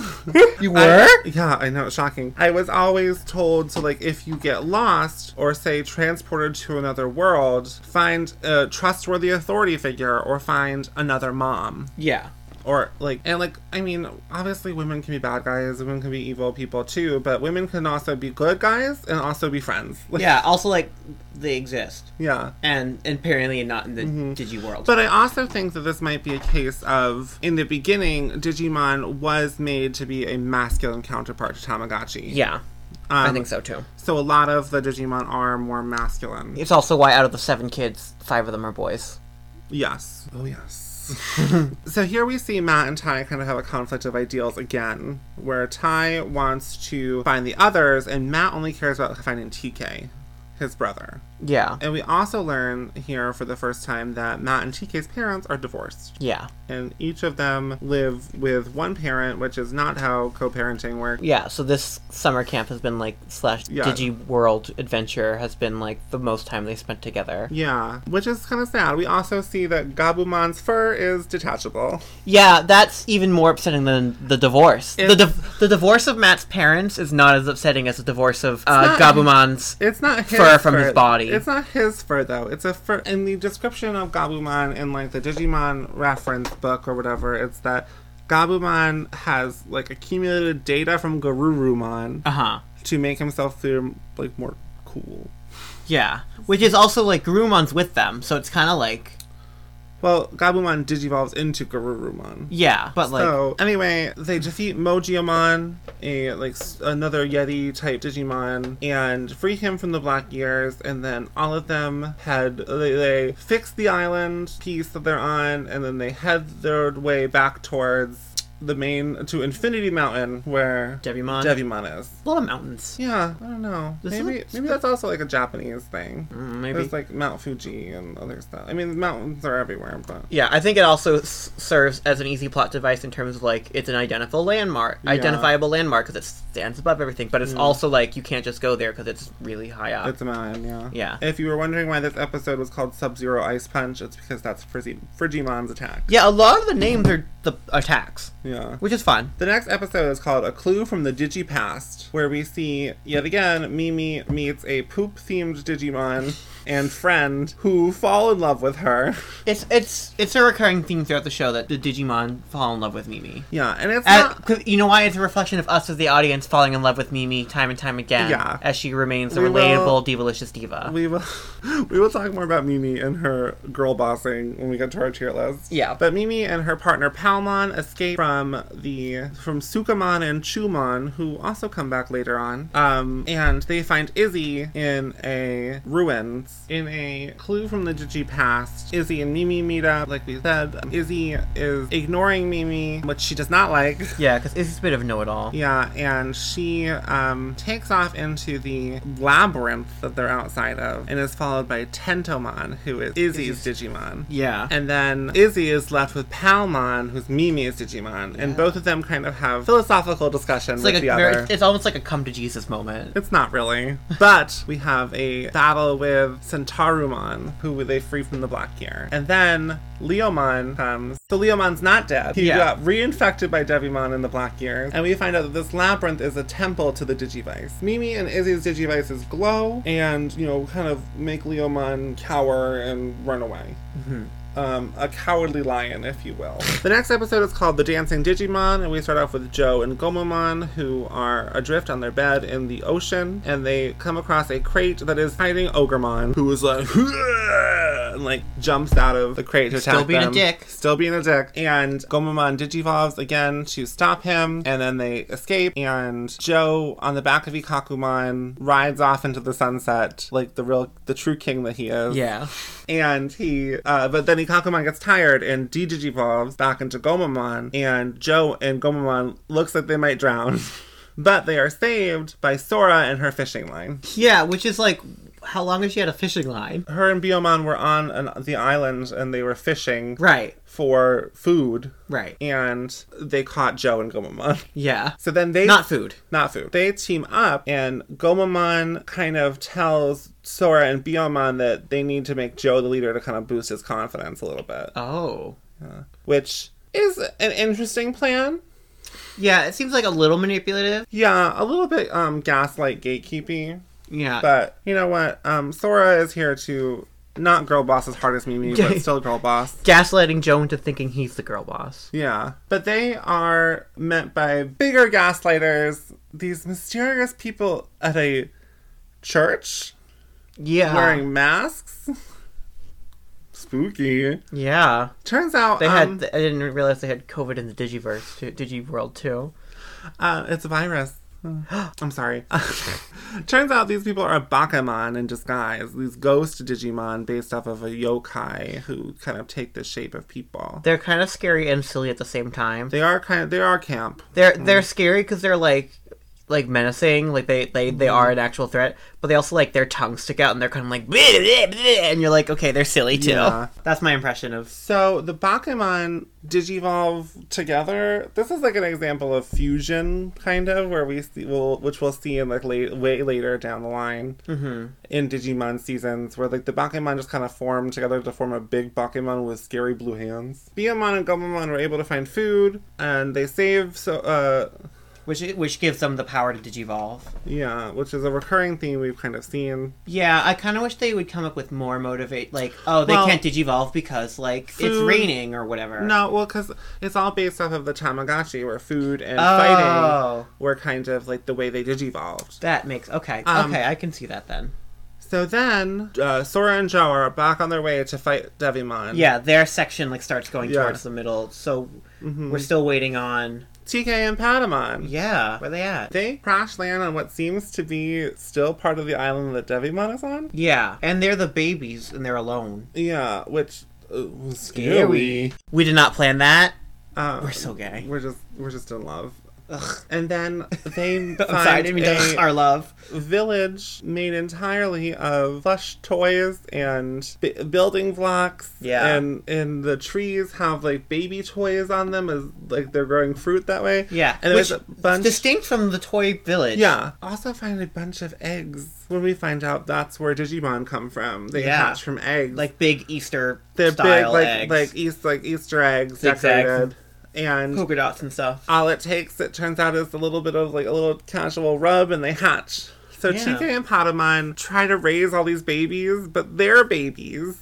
[SPEAKER 2] you
[SPEAKER 1] I- yeah, I know, it's shocking. I was always told to like, if you get lost or say transported to another world, find a trustworthy authority figure or find another mom.
[SPEAKER 2] yeah
[SPEAKER 1] or like and like I mean, obviously women can be bad guys, women can be evil people too, but women can also be good guys and also be friends. Like,
[SPEAKER 3] yeah. Also, like they exist,
[SPEAKER 1] yeah.
[SPEAKER 3] and and apparently not in the digi world.
[SPEAKER 1] Mm-hmm. But I also think that this might be a case of, in the beginning, Digimon was made to be a masculine counterpart to Tamagotchi.
[SPEAKER 3] yeah,
[SPEAKER 1] um,
[SPEAKER 3] I think so too.
[SPEAKER 1] So a lot of the Digimon are more masculine.
[SPEAKER 2] It's also why out of the seven kids, five of them are boys.
[SPEAKER 1] Yes. Oh, yes. so here we see Matt and Ty kind of have a conflict of ideals again, where Ty wants to find the others, and Matt only cares about finding TK, his brother.
[SPEAKER 2] Yeah.
[SPEAKER 1] And we also learn here for the first time that Matt and TK's parents are divorced.
[SPEAKER 2] Yeah.
[SPEAKER 1] And each of them live with one parent, which is not how co parenting works.
[SPEAKER 2] Yeah, so this summer camp has been like slash
[SPEAKER 1] Yeah.
[SPEAKER 2] Digi World adventure has been like the most time they spent together.
[SPEAKER 1] Yeah, which is kind of sad. We also see that Gabumon's fur is detachable.
[SPEAKER 2] Yeah, that's even more upsetting than the divorce.
[SPEAKER 1] It-
[SPEAKER 2] the div- the divorce of Matt's parents is not as upsetting as the divorce of uh,
[SPEAKER 1] not-
[SPEAKER 2] Gabumon's.
[SPEAKER 1] It's not his
[SPEAKER 2] Fur from his body.
[SPEAKER 1] It's not his fur though. It's a fur. In the description of Gabumon in like the Digimon reference book or whatever, it's that Gabumon has like accumulated data from Garurumon
[SPEAKER 2] Uh huh.
[SPEAKER 1] to make himself feel like more cool.
[SPEAKER 2] Yeah, which is also like Garumon's with them, so it's kind of like
[SPEAKER 1] Well, Gabumon digivolves into Garurumon.
[SPEAKER 2] yeah, but like
[SPEAKER 1] so Oh, anyway, they defeat Mojiamon, a like s- another Yeti type Digimon, and free him from the Black Years. And then all of them head. They, they fix the island piece that they're on, and then they head their way back towards the main to Infinity Mountain, where
[SPEAKER 3] Devimon,
[SPEAKER 1] Devimon is.
[SPEAKER 3] a lot of mountains.
[SPEAKER 1] Yeah, I don't know.
[SPEAKER 3] This
[SPEAKER 1] maybe
[SPEAKER 3] looks-
[SPEAKER 1] maybe that's also like a Japanese thing.
[SPEAKER 2] mm, maybe
[SPEAKER 1] There's like Mount Fuji and other stuff. I mean, mountains are everywhere, but
[SPEAKER 2] Yeah, I think it also s- serves as an easy plot device in terms of like it's an identifiable landmark, identifiable landmark because it stands above everything. But it's
[SPEAKER 1] Mm.
[SPEAKER 2] also like you can't just go there because it's really high up.
[SPEAKER 1] It's a mountain, yeah.
[SPEAKER 2] Yeah.
[SPEAKER 1] If you were wondering why this episode was called Sub Zero Ice Punch, it's because that's Frizzy Frigimon's attack.
[SPEAKER 2] yeah, a lot of the names are the attacks,
[SPEAKER 1] Yeah.
[SPEAKER 2] which is fun.
[SPEAKER 1] The next episode is called A Clue from the Digi Past, where we see, yet again, Mimi meets a poop themed Digimon and friend who fall in love with her.
[SPEAKER 2] It's it's it's a recurring theme throughout the show that the Digimon fall in love with Mimi.
[SPEAKER 1] Yeah, and it's
[SPEAKER 2] At,
[SPEAKER 1] not.
[SPEAKER 2] 'cause you know why it's a reflection of us as the audience falling in love with Mimi time and time again
[SPEAKER 1] Yeah.
[SPEAKER 2] as she remains a
[SPEAKER 1] We will-
[SPEAKER 2] relatable divalicious diva.
[SPEAKER 1] We will, we will talk more about Mimi and her girl bossing when we get to our tier list.
[SPEAKER 2] Yeah.
[SPEAKER 1] But Mimi and her partner Palmon escape from the from Sukamon and Chumon, who also come back later on. Um, and they find Izzy in a ruins. In a clue from the Digi past, Izzy and Mimi meet up. Like we said, Izzy is ignoring Mimi, which she does not like.
[SPEAKER 2] yeah, because it's a bit of know-it-all.
[SPEAKER 1] Yeah, and she um, takes off into the labyrinth that they're outside of and is followed by Tentomon, who is Izzy's Digimon.
[SPEAKER 2] Yeah.
[SPEAKER 1] And then Izzy is left with Palmon, who's Mimi's Digimon, and both of them kind of have philosophical discussion
[SPEAKER 2] It's
[SPEAKER 1] with
[SPEAKER 2] like a
[SPEAKER 1] the
[SPEAKER 2] very,
[SPEAKER 1] other.
[SPEAKER 2] it's almost like a come to Jesus moment.
[SPEAKER 1] It's not really. But we have a battle with Centarumon, who they free from the Black Gear. And then Leomon comes. So Leomon's not dead. He
[SPEAKER 2] Yeah.
[SPEAKER 1] got reinfected by Devimon in the Black Gear. And we find out that this labyrinth is a temple to the Digivice. Mimi and Izzy's Digivices glow and, you know, kind of make Leomon cower and run away um, a cowardly lion, if you will. The next episode is called The Dancing Digimon, and we start off with Joe and Gomamon, who are adrift on their bed in the ocean, and they come across a crate that is hiding Ogremon, who is like, and like jumps out of the crate to attack
[SPEAKER 2] Still being a
[SPEAKER 1] them.
[SPEAKER 2] dick.
[SPEAKER 1] Still being a dick. And Gomamon digivolves again to stop him, and then they escape, and Joe on the back of Ikakumon rides off into the sunset, like the real, the true king that he is
[SPEAKER 2] Yeah.
[SPEAKER 1] and he uh, but then Ikakumon gets tired and digivolves back into Gomamon and Joe and Gomamon looks like they might drown. But they are saved by Sora and her fishing line.
[SPEAKER 2] Yeah, which is like, how long has she had a fishing line?
[SPEAKER 1] Her and Biomon were on an, the island and they were fishing
[SPEAKER 2] Right,
[SPEAKER 1] for food,
[SPEAKER 2] right.
[SPEAKER 1] and they caught Joe and Gomamon.
[SPEAKER 2] Yeah.
[SPEAKER 1] So then they
[SPEAKER 2] Not food.
[SPEAKER 1] not food. They team up, and Gomamon kind of tells Sora and Biomon that they need to make Joe the leader to kind of boost his confidence a little bit.
[SPEAKER 2] Oh.
[SPEAKER 1] which is an interesting plan.
[SPEAKER 2] Yeah, it seems like a little manipulative.
[SPEAKER 1] Yeah, a little bit um gaslight gatekeeping,
[SPEAKER 3] Uh,
[SPEAKER 2] Yeah.
[SPEAKER 1] but you know what? Um Sora is here to not girl boss as hard as Mimi, but still girl boss.
[SPEAKER 3] gaslighting Joe into thinking he's the girl boss.
[SPEAKER 1] Yeah. But they are met by bigger gaslighters, these mysterious people at a church
[SPEAKER 3] Yeah.
[SPEAKER 1] wearing masks. Spooky.
[SPEAKER 3] Yeah.
[SPEAKER 1] Turns out
[SPEAKER 3] They
[SPEAKER 1] um,
[SPEAKER 3] had. I didn't realize they had COVID in the Digiverse, too, DigiWorld too.
[SPEAKER 1] uh, it's a virus. I'm sorry. Turns out these people are Bakamon in disguise, these ghost Digimon based off of a yokai who kind of take the shape of people.
[SPEAKER 3] They're kind of scary and silly at the same time.
[SPEAKER 1] They are kind of they are camp.
[SPEAKER 3] They're
[SPEAKER 2] Mm.
[SPEAKER 3] they're scary because they're like like menacing, like they they, they
[SPEAKER 2] Mm-hmm.
[SPEAKER 3] are an actual threat. But they also like their tongues stick out and they're kind of like, "Bleh, bleh, bleh," and you're like, okay, they're silly too.
[SPEAKER 1] Yeah.
[SPEAKER 3] That's my impression of.
[SPEAKER 1] So the Bakemon digivolve together. This is like an example of fusion, kind of, where we see, will which we'll see in like late, way later down the line in Digimon seasons, where like the Bakemon just kind of form together to form a big Bakemon with scary blue hands. Biomon and Gomamon were able to find food, and they save so uh
[SPEAKER 2] which which gives them the power to digivolve.
[SPEAKER 1] yeah, which is a recurring theme we've kind of seen.
[SPEAKER 2] Yeah, I kind of wish they would come up with more motivate. Like, oh, they
[SPEAKER 1] Well-
[SPEAKER 2] can't digivolve because like it's
[SPEAKER 1] Food-
[SPEAKER 2] raining or whatever.
[SPEAKER 1] No, well, because it's all based off of the Tamagotchi, where food and
[SPEAKER 2] Oh.
[SPEAKER 1] fighting were kind of like the way they digivolved.
[SPEAKER 2] that makes okay.
[SPEAKER 1] Um,
[SPEAKER 2] okay, I can see that then.
[SPEAKER 1] So then, uh, Sora and Joe are back on their way to fight
[SPEAKER 3] mm.
[SPEAKER 1] Devimon.
[SPEAKER 2] Yeah, their section like starts going
[SPEAKER 1] Yeah.
[SPEAKER 2] towards the middle, so
[SPEAKER 3] Mm-hmm.
[SPEAKER 2] we're still waiting on.
[SPEAKER 1] TK and Patamon.
[SPEAKER 2] Yeah, where they at?
[SPEAKER 1] They crash land on what seems to be still part of the island that Devimon is on.
[SPEAKER 2] yeah, and they're the babies and they're alone.
[SPEAKER 1] Yeah, which uh, was scary.
[SPEAKER 2] We did not plan that.
[SPEAKER 1] Uh,
[SPEAKER 2] We're so gay.
[SPEAKER 1] we're just we're just in love.
[SPEAKER 2] Ugh.
[SPEAKER 1] And then they
[SPEAKER 2] I'm sorry, I
[SPEAKER 1] find
[SPEAKER 2] didn't mean to-
[SPEAKER 1] a
[SPEAKER 2] our love.
[SPEAKER 1] village made entirely of plush toys and b- building blocks.
[SPEAKER 2] Yeah.
[SPEAKER 1] and and the trees have like baby toys on them as like they're growing fruit that way.
[SPEAKER 2] Yeah,
[SPEAKER 1] and
[SPEAKER 2] which
[SPEAKER 1] there's a bunch.
[SPEAKER 2] distinct from the toy village.
[SPEAKER 1] Yeah. Also find a bunch of eggs. When we find out that's where Digimon come from. They
[SPEAKER 2] Yeah.
[SPEAKER 1] hatch from eggs.
[SPEAKER 2] like big Easter
[SPEAKER 1] they're big
[SPEAKER 2] style
[SPEAKER 1] like
[SPEAKER 2] eggs,
[SPEAKER 1] like East like Easter eggs
[SPEAKER 2] Zigzags.
[SPEAKER 1] decorated. And
[SPEAKER 2] polka dots and stuff.
[SPEAKER 1] all it takes, it turns out, is a little bit of like a little casual rub and they hatch. So
[SPEAKER 2] Yeah.
[SPEAKER 1] Chica and Patamon try to raise all these babies, but they're babies.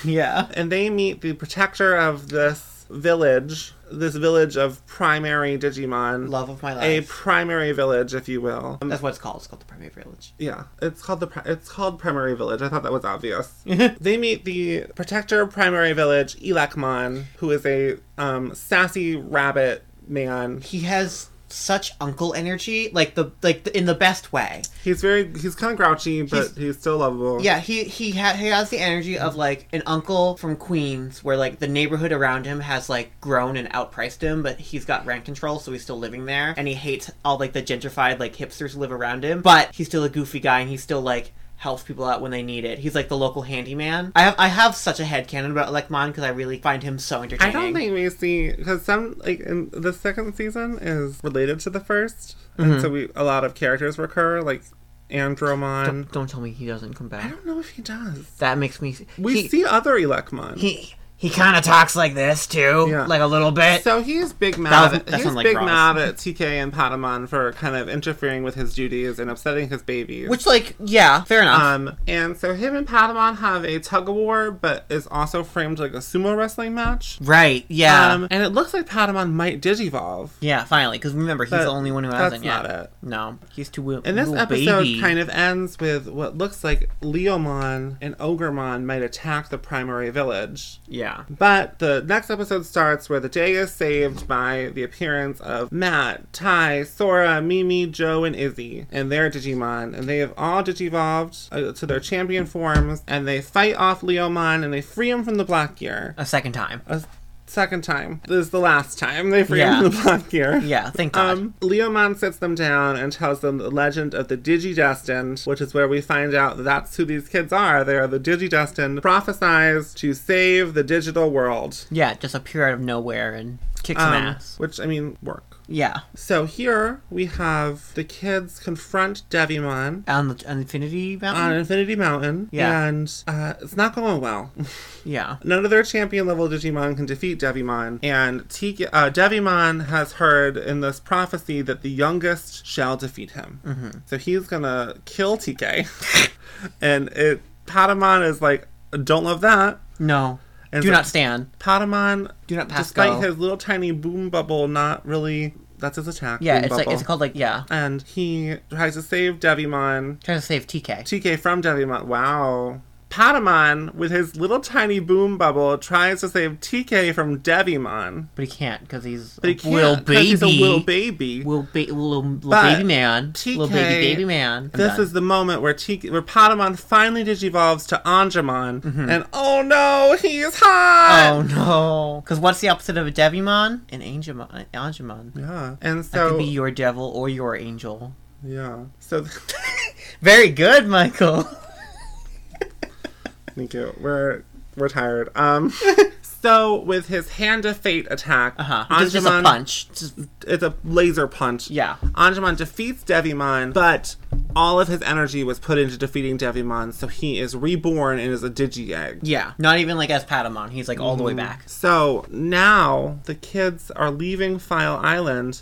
[SPEAKER 2] Yeah,
[SPEAKER 1] And they meet the protector of this village, this village of primary Digimon.
[SPEAKER 2] love of my
[SPEAKER 1] a
[SPEAKER 2] life.
[SPEAKER 1] primary village, if you will. Um,
[SPEAKER 2] That's what it's called. It's called the Primary Village.
[SPEAKER 1] Yeah, it's called the pri- it's called Primary Village. I thought that was obvious. they meet the protector of Primary Village, Elekmon, who is a um, sassy rabbit man.
[SPEAKER 2] He has such uncle energy, like the like the, in the best way.
[SPEAKER 1] He's very he's kind of grouchy, but he's, still lovable.
[SPEAKER 2] Yeah, he he, ha- he has the energy of like an uncle from Queens, where like the neighborhood around him has like grown and outpriced him, but he's got rent control, so he's still living there, and he hates all like the gentrified like hipsters who live around him. But he's still a goofy guy, and he still like helps people out when they need it. He's like the local handyman. I have I have such a headcanon about Lekmon because I really find him so
[SPEAKER 1] I
[SPEAKER 2] entertaining.
[SPEAKER 1] don't think we see because some like in the second season is related to the 1st and so we a lot of characters recur, like Andromon.
[SPEAKER 3] Don't, don't tell me he doesn't come
[SPEAKER 1] I
[SPEAKER 3] back.
[SPEAKER 1] don't know if he does.
[SPEAKER 3] That makes me.
[SPEAKER 1] We
[SPEAKER 3] he,
[SPEAKER 1] see other Elekmon.
[SPEAKER 3] he he kind of talks like this too,
[SPEAKER 1] Yeah.
[SPEAKER 3] like a little bit.
[SPEAKER 1] So he's big mad.
[SPEAKER 2] was-
[SPEAKER 1] at,
[SPEAKER 2] that
[SPEAKER 1] he's
[SPEAKER 2] sounded like
[SPEAKER 1] big
[SPEAKER 2] Ross.
[SPEAKER 1] mad at TK and Patamon for kind of interfering with his duties and upsetting his babies.
[SPEAKER 2] Which like yeah, fair enough.
[SPEAKER 1] um, and so him and Patamon have a tug of war, but is also framed like a sumo wrestling match.
[SPEAKER 2] right. Yeah.
[SPEAKER 1] Um, and it looks like Patamon might digivolve.
[SPEAKER 2] Yeah, finally, because remember he's
[SPEAKER 1] But
[SPEAKER 2] the only one who
[SPEAKER 1] that's
[SPEAKER 2] hasn't yet.
[SPEAKER 1] not it.
[SPEAKER 2] No, he's too woo.
[SPEAKER 1] And this
[SPEAKER 2] woo
[SPEAKER 1] episode
[SPEAKER 2] baby.
[SPEAKER 1] kind of ends with what looks like Leomon and Ogremon might attack the primary village.
[SPEAKER 2] yeah,
[SPEAKER 1] But the next episode starts where the day is saved by the appearance of Matt, Ty, Sora, Mimi, Joe, and Izzy, and their Digimon. And they have all digivolved uh, to their champion forms, and they fight off Leomon and they free him from the Black Gear.
[SPEAKER 2] a second time.
[SPEAKER 1] A second time. This is the last time they free him
[SPEAKER 2] Yeah.
[SPEAKER 1] from the Black Gear.
[SPEAKER 2] Yeah, thank God.
[SPEAKER 1] Um, Leomon sits them down and tells them the legend of the Digidestined, which is where we find out that that's who these kids are. They are the Digidestined, prophesized to save the digital world.
[SPEAKER 2] yeah, just appear out of nowhere and kick some
[SPEAKER 1] Um,
[SPEAKER 2] ass.
[SPEAKER 1] Which, I mean, work.
[SPEAKER 2] Yeah,
[SPEAKER 1] So here we have the kids confront Devimon
[SPEAKER 2] on the on Infinity Mountain.
[SPEAKER 1] on Infinity Mountain,
[SPEAKER 2] Yeah.
[SPEAKER 1] and uh, it's not going well.
[SPEAKER 2] yeah,
[SPEAKER 1] None of their champion level Digimon can defeat Devimon, and T- uh, Devimon has heard in this prophecy that the youngest shall defeat him.
[SPEAKER 2] Mm-hmm.
[SPEAKER 1] So he's gonna kill TK, and it Patamon is like, Don't love that.
[SPEAKER 2] No.
[SPEAKER 1] And
[SPEAKER 2] Do
[SPEAKER 1] so-
[SPEAKER 2] not stand.
[SPEAKER 1] Patamon,
[SPEAKER 2] Do not pass
[SPEAKER 1] despite
[SPEAKER 2] go.
[SPEAKER 1] his little tiny boom bubble, not really. That's his attack.
[SPEAKER 2] Yeah,
[SPEAKER 1] boom
[SPEAKER 2] it's like
[SPEAKER 1] bubble.
[SPEAKER 2] it's called like yeah.
[SPEAKER 1] And he tries to save Devimon.
[SPEAKER 2] Trying to save TK.
[SPEAKER 1] TK from Devimon. Wow. Patamon, with his little tiny boom bubble, tries to save TK from Devimon.
[SPEAKER 2] But he can't because he's
[SPEAKER 1] But he
[SPEAKER 2] a
[SPEAKER 1] can't.
[SPEAKER 2] little
[SPEAKER 1] 'cause
[SPEAKER 2] baby.
[SPEAKER 1] He's a little baby.
[SPEAKER 2] Little ba- little, little
[SPEAKER 1] But
[SPEAKER 2] baby man.
[SPEAKER 1] TK
[SPEAKER 2] little baby baby man. I'm
[SPEAKER 1] This
[SPEAKER 2] done.
[SPEAKER 1] is the moment where TK, where Patamon finally digivolves to Anjumon, and oh no, he's hot.
[SPEAKER 2] Mm-hmm. Oh no! Because what's the opposite of a Devimon? An Angemon. Angemon.
[SPEAKER 1] Yeah, and
[SPEAKER 2] That
[SPEAKER 1] so
[SPEAKER 2] could be your devil or your angel.
[SPEAKER 1] yeah, so
[SPEAKER 2] Very good, Michael.
[SPEAKER 1] Thank you. We're we're tired. Um, so with his hand of fate attack,
[SPEAKER 2] Uh-huh. Just, just a punch. Just,
[SPEAKER 1] It's a laser punch.
[SPEAKER 2] Yeah.
[SPEAKER 1] Anjuman defeats Devimon, but all of his energy was put into defeating Devimon, so he is reborn and is a digi egg.
[SPEAKER 2] yeah. Not even like as Patamon. He's like all the way
[SPEAKER 1] Mm.
[SPEAKER 2] back.
[SPEAKER 1] So now the kids are leaving File Island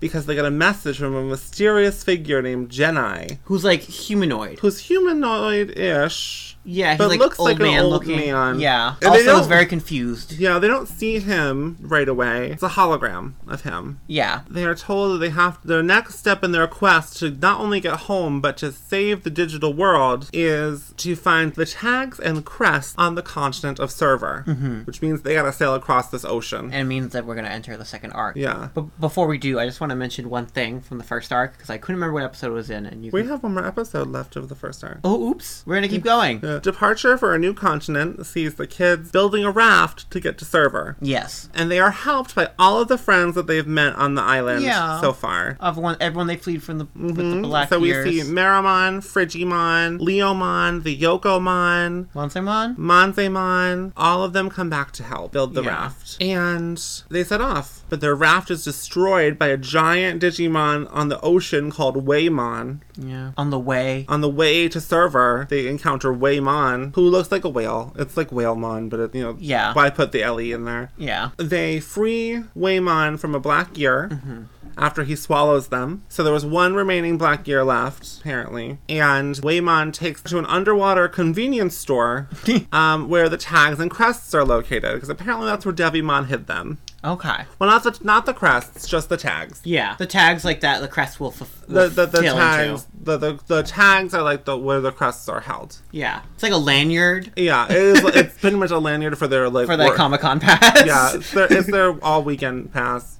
[SPEAKER 1] because they got a message from a mysterious figure named Genai,
[SPEAKER 2] Who's like humanoid.
[SPEAKER 1] who's humanoid ish.
[SPEAKER 2] Yeah, he's
[SPEAKER 1] But
[SPEAKER 2] like
[SPEAKER 1] looks
[SPEAKER 2] old
[SPEAKER 1] like an
[SPEAKER 2] man
[SPEAKER 1] old
[SPEAKER 2] looking.
[SPEAKER 1] man.
[SPEAKER 2] Yeah.
[SPEAKER 1] And they
[SPEAKER 2] also, was
[SPEAKER 1] don't-
[SPEAKER 2] very confused.
[SPEAKER 1] Yeah, they don't see him right away. It's a hologram of him.
[SPEAKER 2] Yeah.
[SPEAKER 1] They are told that they have their next step in their quest to not only get home but to save the digital world is to find the tags and crests on the continent of Server, mm-hmm. which means they gotta sail across this ocean.
[SPEAKER 2] And it means that we're gonna enter the second arc.
[SPEAKER 1] yeah,
[SPEAKER 2] But before we do, I just want to mention one thing from the first arc because I couldn't remember what episode it was in, and you.
[SPEAKER 1] we
[SPEAKER 2] can-
[SPEAKER 1] have one more episode left of the first arc.
[SPEAKER 2] Oh, oops. We're gonna keep going.
[SPEAKER 1] Yeah. Departure for a new continent sees the kids building a raft to get to Server.
[SPEAKER 2] Yes.
[SPEAKER 1] And they are helped by all of the friends that they've met on the island
[SPEAKER 2] Yeah.
[SPEAKER 1] so far.
[SPEAKER 2] Of one, everyone they fleed from the with the black
[SPEAKER 1] Mm-hmm. so we
[SPEAKER 2] ears.
[SPEAKER 1] see Meramon, Frigimon, Leomon, the Yokomon,
[SPEAKER 2] Monsemon?
[SPEAKER 1] Monzaemon, all of them come back to help build the
[SPEAKER 2] Yeah.
[SPEAKER 1] raft. And they set off. But their raft is destroyed by a giant Digimon on the ocean called Waymon.
[SPEAKER 2] Yeah. On the way.
[SPEAKER 1] On the way to server, they encounter Waymon, who looks like a whale. It's like Whalemon, but it, you know,
[SPEAKER 2] Yeah.
[SPEAKER 1] why put the LE in there?
[SPEAKER 2] Yeah.
[SPEAKER 1] They free Waymon from a black year after he swallows them. So there was one remaining black year left, apparently. And Waymon takes to an underwater convenience store um, where the tags and crests are located, because apparently that's where Devimon hid them.
[SPEAKER 2] Okay.
[SPEAKER 1] Well, not the, not the crests, just the tags.
[SPEAKER 2] Yeah. The tags like that, the crest will, f-
[SPEAKER 1] The,
[SPEAKER 2] will
[SPEAKER 1] the, the
[SPEAKER 2] fill
[SPEAKER 1] tags
[SPEAKER 2] into.
[SPEAKER 1] the, the, the tags are like the where the crests are held.
[SPEAKER 2] Yeah. It's like a lanyard
[SPEAKER 1] Yeah, it is, it's pretty much a lanyard for their like
[SPEAKER 2] for that
[SPEAKER 1] work.
[SPEAKER 2] Comic Con pass.
[SPEAKER 1] Yeah, it's their, it's their all weekend pass.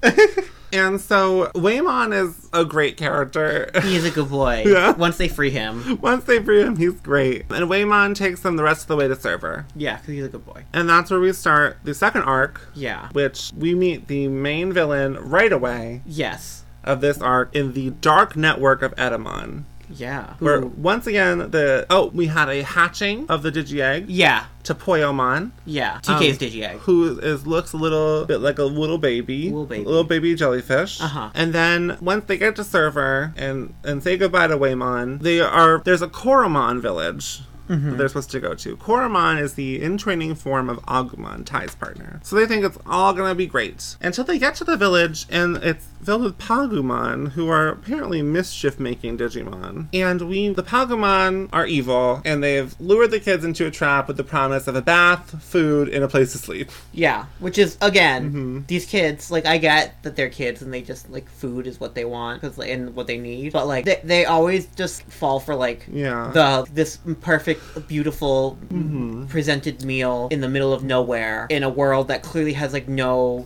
[SPEAKER 1] and so Waymon is a great character.
[SPEAKER 2] He's a good boy.
[SPEAKER 1] Yeah.
[SPEAKER 2] Once they free him.
[SPEAKER 1] Once they free him, he's great. And Waymon takes them the rest of the way to server.
[SPEAKER 2] Yeah, 'cause he's a good boy.
[SPEAKER 1] And that's where we start the second arc,
[SPEAKER 2] Yeah.
[SPEAKER 1] which we meet the main villain right away
[SPEAKER 2] Yes.
[SPEAKER 1] of this arc in the dark network of Edamon.
[SPEAKER 2] Yeah.
[SPEAKER 1] Where
[SPEAKER 2] Who-
[SPEAKER 1] once again the oh we had a hatching of the Digiegg
[SPEAKER 2] Yeah.
[SPEAKER 1] to Poyomon,
[SPEAKER 2] Yeah. TK's
[SPEAKER 1] Um,
[SPEAKER 2] Digiegg.
[SPEAKER 1] who is looks a little bit like a little baby,
[SPEAKER 2] Little baby.
[SPEAKER 1] little baby jellyfish.
[SPEAKER 2] Uh-huh.
[SPEAKER 1] And then once they get to server and and say goodbye to Waymon, they are there's a Koromon village. that They're supposed to go to. Koromon is the in training form of Agumon, Tai's partner. So they think it's all gonna be great. Until they get to the village and it's filled with Pagumon, who are apparently mischief making Digimon. And we, the Pagumon, are evil, and they've lured the kids into a trap with the promise of a bath, food, and a place to sleep.
[SPEAKER 2] Yeah. Which is, again,
[SPEAKER 1] mm-hmm.
[SPEAKER 2] these kids, like, I get that they're kids and they just, like, food is what they want 'cause, like, and what they need. But, like, they, they always just fall for, like,
[SPEAKER 1] Yeah.
[SPEAKER 2] the this perfect, beautiful, presented meal in the middle of nowhere in a world that clearly has like no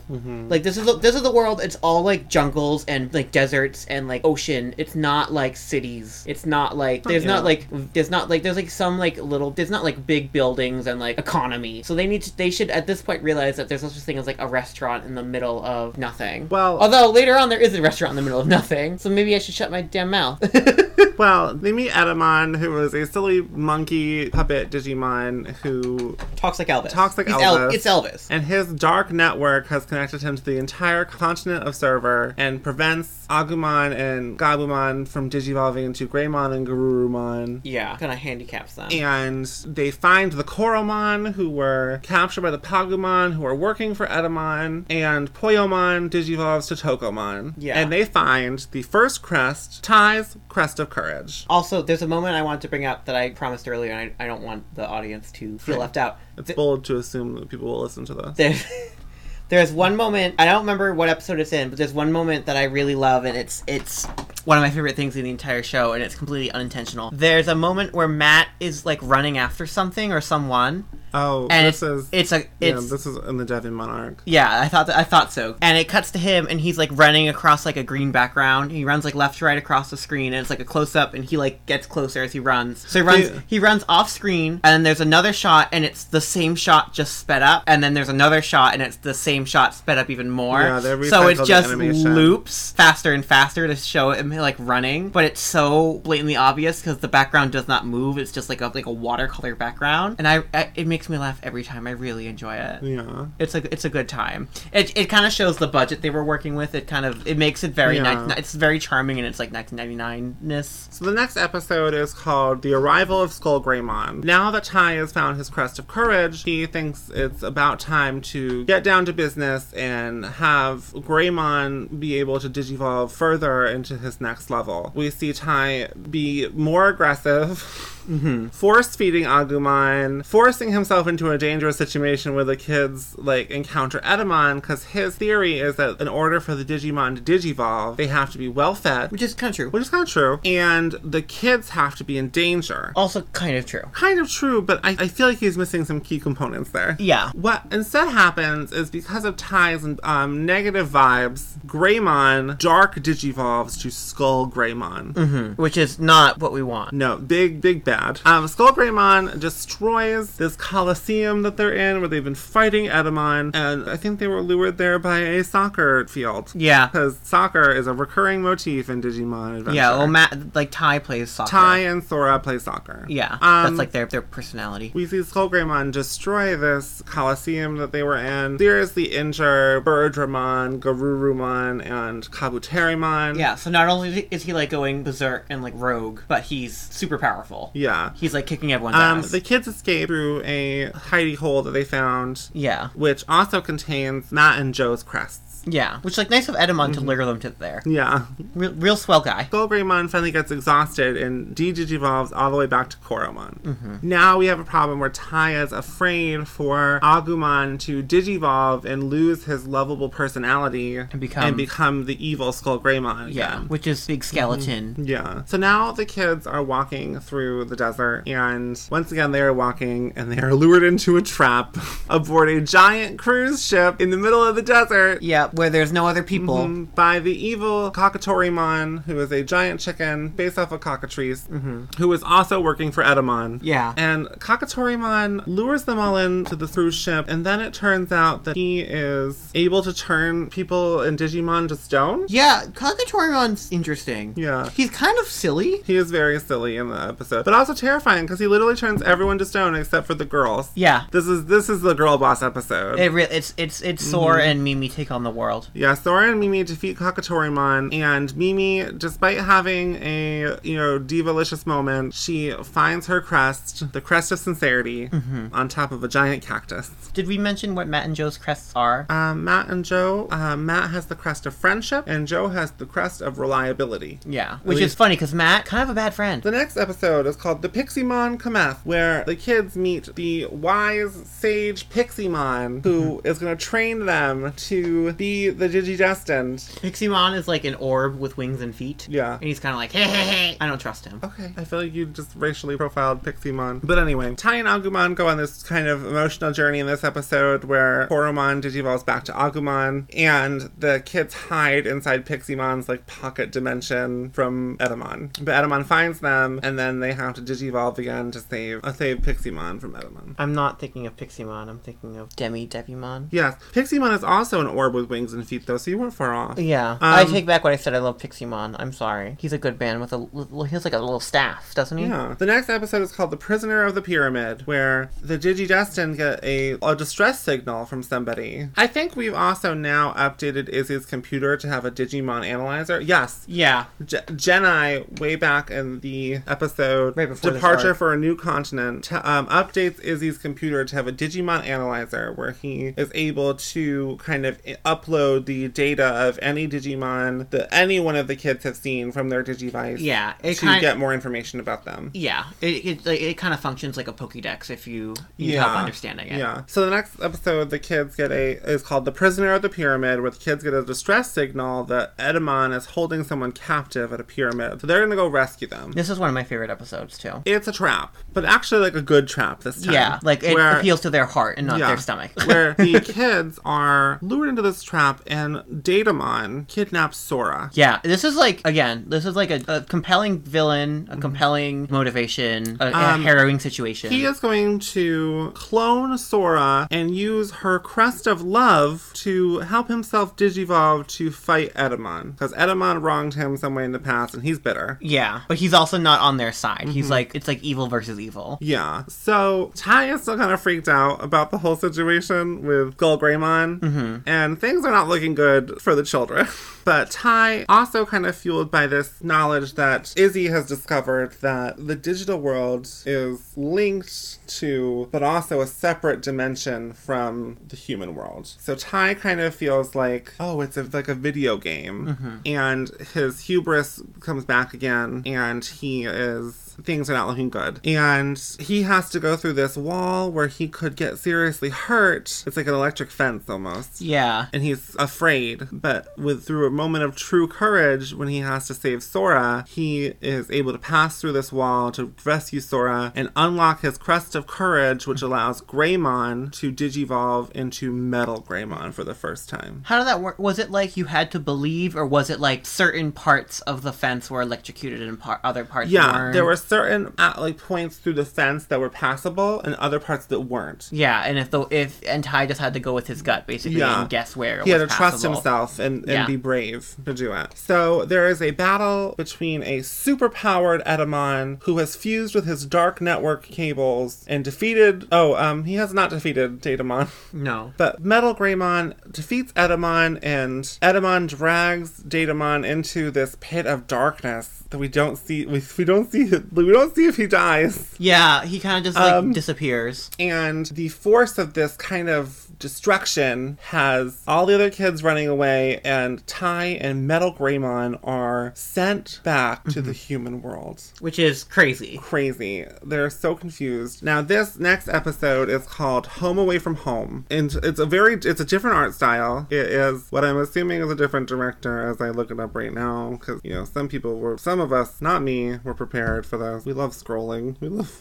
[SPEAKER 2] like this is the, this is the world. It's all like jungles and like deserts and like ocean. It's not like cities. It's not like there's
[SPEAKER 1] yeah.
[SPEAKER 2] not like there's not like there's like some like little there's not like big buildings and like economy. So they need to they should at this point realize that there's no such thing as like a restaurant in the middle of nothing.
[SPEAKER 1] Well-
[SPEAKER 2] although later on there is a restaurant in the middle of nothing. So maybe I should shut my damn mouth.
[SPEAKER 1] Well, they meet Edamon, who is a silly monkey puppet Digimon who.
[SPEAKER 2] Talks like Elvis.
[SPEAKER 1] Talks like
[SPEAKER 2] He's
[SPEAKER 1] Elvis.
[SPEAKER 2] it's Elvis.
[SPEAKER 1] And his dark network has connected him to the entire continent of Server and prevents Agumon and Gabumon from digivolving into Greymon and Garurumon.
[SPEAKER 2] Yeah, kind of handicaps them.
[SPEAKER 1] And they find the Koromon, who were captured by the Pagumon, who are working for Edamon. And Poyomon digivolves to Tokomon.
[SPEAKER 2] Yeah.
[SPEAKER 1] And they find the first crest, Tai's Crest of Courage.
[SPEAKER 2] Also, there's a moment I want to bring up that I promised earlier and I, I don't want the audience to feel left out.
[SPEAKER 1] It's
[SPEAKER 2] Th-
[SPEAKER 1] bold to assume that people will listen to this.
[SPEAKER 2] there's there's one moment I don't remember what episode it's in, but there's one moment that I really love, and it's it's one of my favorite things in the entire show, and it's completely unintentional. There's a moment where Matt is like running after something or someone,
[SPEAKER 1] oh,
[SPEAKER 2] and
[SPEAKER 1] this
[SPEAKER 2] it's
[SPEAKER 1] is
[SPEAKER 2] it's a
[SPEAKER 1] yeah,
[SPEAKER 2] it's
[SPEAKER 1] this is in the Devin Monarch.
[SPEAKER 2] yeah, I thought that, I thought so. And it cuts to him, and he's like running across like a green background. He runs like left to right across the screen, and it's like a close up, and he like gets closer as he runs. So he runs
[SPEAKER 1] Yeah.
[SPEAKER 2] he runs off screen, and then there's another shot, and it's the same shot just sped up, and then there's another shot, and it's the same shot sped up even more.
[SPEAKER 1] Yeah, they
[SPEAKER 2] so
[SPEAKER 1] recycled the
[SPEAKER 2] it just
[SPEAKER 1] animation.
[SPEAKER 2] loops faster and faster to show him like running, but it's so blatantly obvious because the background does not move. It's just like a like a watercolor background, and I, I it makes me laugh every time. I really enjoy it
[SPEAKER 1] Yeah.
[SPEAKER 2] it's a it's a good time. It, it kind of shows the budget they were working with. It kind of it makes it very
[SPEAKER 1] Yeah.
[SPEAKER 2] ni- it's very charming and it's like 1999ness.
[SPEAKER 1] So the next episode is called The Arrival of Skull Greymon. Now that Ty has found his crest of courage, he thinks it's about time to get down to business and have Greymon be able to digivolve further into his next level. We see Ty be more aggressive. force feeding Agumon, forcing himself into a dangerous situation where the kids like encounter Edamon, because his theory is that in order for the Digimon to digivolve, they have to be well fed,
[SPEAKER 2] Which is kind of true.
[SPEAKER 1] which is kind of true, and the kids have to be in danger.
[SPEAKER 2] Also kind of true.
[SPEAKER 1] Kind of true, but I, I feel like he's missing some key components there.
[SPEAKER 2] Yeah.
[SPEAKER 1] What instead happens is because of ties and um, negative vibes, Greymon dark digivolves to Skull Greymon.
[SPEAKER 2] Which is not what we want.
[SPEAKER 1] No, big, big bad. Um, Skull Greymon destroys this coliseum that they're in where they've been fighting Edamon, and I think they were lured there by a soccer field.
[SPEAKER 2] Yeah.
[SPEAKER 1] Because soccer is a recurring motif in Digimon Adventure.
[SPEAKER 2] Yeah, well Matt like Ty plays soccer.
[SPEAKER 1] Ty and Sora play soccer.
[SPEAKER 2] Yeah.
[SPEAKER 1] Um,
[SPEAKER 2] that's like their their personality.
[SPEAKER 1] we see Skull Greymon destroy this coliseum that they were in, seriously injure Birdramon, Garurumon, and Kabuterimon.
[SPEAKER 2] Yeah, so not only is he like going berserk and like rogue, but he's super powerful.
[SPEAKER 1] Yeah.
[SPEAKER 2] He's like kicking everyone's
[SPEAKER 1] Um,
[SPEAKER 2] ass.
[SPEAKER 1] the kids escape through a hidey hole that they found
[SPEAKER 2] yeah.
[SPEAKER 1] which also contains Matt and Joe's crests.
[SPEAKER 2] Yeah. Which like nice of Edamon
[SPEAKER 1] Mm-hmm.
[SPEAKER 2] to lure them to there.
[SPEAKER 1] Yeah.
[SPEAKER 2] Real, real swell guy.
[SPEAKER 1] Skull Greymon finally gets exhausted and digivolves all the way back to Koromon.
[SPEAKER 2] Mm-hmm.
[SPEAKER 1] Now we have a problem where Taya's afraid for Agumon to digivolve and lose his lovable personality and
[SPEAKER 2] become-
[SPEAKER 1] become the evil Skull Greymon again.
[SPEAKER 2] Yeah. Which is big
[SPEAKER 1] Mm-hmm.
[SPEAKER 2] skeleton.
[SPEAKER 1] Yeah. So now the kids are walking through the desert, and once again, they are walking and they are lured into a trap aboard a giant cruise ship in the middle of the desert.
[SPEAKER 2] Yeah, where there's no other people.
[SPEAKER 1] Mhm. by the evil Kakatorimon, who is a giant chicken based off of cockatrice, who is also working for Edamon.
[SPEAKER 2] Mm-hmm. Yeah.
[SPEAKER 1] And Kakatorimon lures them all into the through ship, and then it turns out that he is able to turn people in Digimon to stone.
[SPEAKER 2] Yeah, Kakatorumon's interesting.
[SPEAKER 1] Yeah.
[SPEAKER 2] He's kind of silly.
[SPEAKER 1] He is very silly in the episode, but also terrifying because he literally turns everyone to stone except for the girls.
[SPEAKER 2] Yeah.
[SPEAKER 1] This is this is the girl boss episode.
[SPEAKER 2] It re- it's it's it's Sora and Mimi take on the world.
[SPEAKER 1] Yeah, Sora and Mimi defeat Kakatorimon, and Mimi, despite having a you know divalicious moment, she finds her crest, the crest of sincerity, on top of a giant cactus.
[SPEAKER 2] Did we mention what Matt and Joe's crests are?
[SPEAKER 1] Um, Matt and Joe. Uh, Matt has the crest of friendship, and Joe has the crest of reliability.
[SPEAKER 2] yeah, which
[SPEAKER 1] least-
[SPEAKER 2] is funny because Matt kind of a bad friend.
[SPEAKER 1] The next episode is called The Pixiemon Cometh, where the kids meet the wise sage Pixiemon, who is going to train them to be the Digidestined.
[SPEAKER 2] Pixiemon is like an orb with wings and feet.
[SPEAKER 1] Yeah.
[SPEAKER 2] and he's kind of like, hey, hey, hey. I don't trust him.
[SPEAKER 1] Okay. I feel like you just racially profiled Pixiemon. But anyway, Ty and Agumon go on this kind of emotional journey in this episode where Koromon digivolves back to Agumon and the kids hide inside Pixiemon's like pocket dimension from Edamon. But Edamon finds them and then they have to digivolve again to save uh, save Pixiemon from Edamon.
[SPEAKER 2] I'm not thinking of Pixiemon. I'm thinking of Demi Devimon.
[SPEAKER 1] Yes. Pixiemon is also an orb with wings and feet though, so you weren't far off.
[SPEAKER 2] Yeah, I take back what I said. I love Pixiemon. I'm sorry. He's a good band with a little, he has like a little staff, doesn't he?
[SPEAKER 1] Yeah. The next episode is called The Prisoner of the Pyramid, where the Digidestin get a, a distress signal from somebody. I think we've also now updated Izzy's computer to have a Digimon analyzer. Yes.
[SPEAKER 2] Yeah.
[SPEAKER 1] Je- Jenai, way back in the episode
[SPEAKER 2] Right before this
[SPEAKER 1] Departure
[SPEAKER 2] arc.
[SPEAKER 1] for a New Continent, t- um, updates Izzy's computer to have a Digimon analyzer where he is able to kind of i- upload the data of any Digimon that any one of the kids have seen from their Digivice
[SPEAKER 2] Yeah, it
[SPEAKER 1] to
[SPEAKER 2] kind
[SPEAKER 1] get more information about them.
[SPEAKER 2] yeah, it it, like, it kind of functions like a Pokédex if you need help understanding it.
[SPEAKER 1] Yeah. So the next episode, the kids get a is called "The Prisoner of the Pyramid," where the kids get a distress signal that Edamon is holding someone captive at a pyramid. So they're gonna go rescue them.
[SPEAKER 2] This is one of my favorite episodes too.
[SPEAKER 1] It's a trap, but actually like a good trap this time.
[SPEAKER 2] Yeah, like it
[SPEAKER 1] Where-
[SPEAKER 2] appeals to their heart and not
[SPEAKER 1] yeah,
[SPEAKER 2] their stomach.
[SPEAKER 1] where the kids are lured into this trap, and Datamon kidnaps Sora.
[SPEAKER 2] Yeah, this is like again, this is like a, a compelling villain,
[SPEAKER 1] Mm-hmm.
[SPEAKER 2] a compelling motivation, a, a harrowing situation.
[SPEAKER 1] Um, He is going to clone Sora and use her crest of love to help himself digivolve to fight Edamon. Because Edamon wronged him some way in the past and he's bitter.
[SPEAKER 2] yeah, but he's also not on their side. He's
[SPEAKER 1] Mm-hmm.
[SPEAKER 2] like it's like evil versus evil.
[SPEAKER 1] Yeah. So Ty is still kind of freaked out about the whole situation with Gull Greymon, and things are not looking good for the children. But Ty also kind of fueled by this knowledge that Izzy has discovered that the digital world is linked to, but also a separate dimension from the human world. So Ty kind of feels like, oh, it's a, like a video game, and his hubris comes back again, and he is things are not looking good. And he has to go through this wall where he could get seriously hurt. It's like an electric fence almost.
[SPEAKER 2] Yeah.
[SPEAKER 1] And he's afraid, but with through a moment of true courage, when he has to save Sora, he is able to pass through this wall to rescue Sora and unlock his crest of courage, which allows Greymon to digivolve into Metal Greymon for the first time.
[SPEAKER 2] How did that work? Was it like you had to believe, or was it like certain parts of the fence were electrocuted and par- other parts
[SPEAKER 1] Yeah,
[SPEAKER 2] weren't?
[SPEAKER 1] there were certain uh, like points through the fence that were passable, and other parts that weren't.
[SPEAKER 2] Yeah, and if the if and Ty just had to go with his gut basically
[SPEAKER 1] Yeah.
[SPEAKER 2] and guess where it
[SPEAKER 1] he had
[SPEAKER 2] was
[SPEAKER 1] to trust
[SPEAKER 2] passable.
[SPEAKER 1] himself and, and
[SPEAKER 2] Yeah.
[SPEAKER 1] be brave to do it. So there is a battle between a superpowered Edamon who has fused with his dark network cables and defeated. Oh, um, he has not defeated Datamon.
[SPEAKER 2] No.
[SPEAKER 1] But Metal Greymon defeats Edamon, and Edamon drags Datamon into this pit of darkness that we don't see. We, we don't see. We don't see if he dies.
[SPEAKER 2] Yeah, he kind of just like
[SPEAKER 1] Um,
[SPEAKER 2] disappears.
[SPEAKER 1] And the force of this kind of destruction has all the other kids running away, and Ty and Metal Greymon are sent back to the human world.
[SPEAKER 2] which is crazy.
[SPEAKER 1] Crazy. They're so confused. Now, this next episode is called Home Away from Home. And it's a very, it's a different art style. It is what I'm assuming is a different director as I look it up right now. Cause, you know, some people were, some of us, not me, were prepared for this. We love scrolling. We love,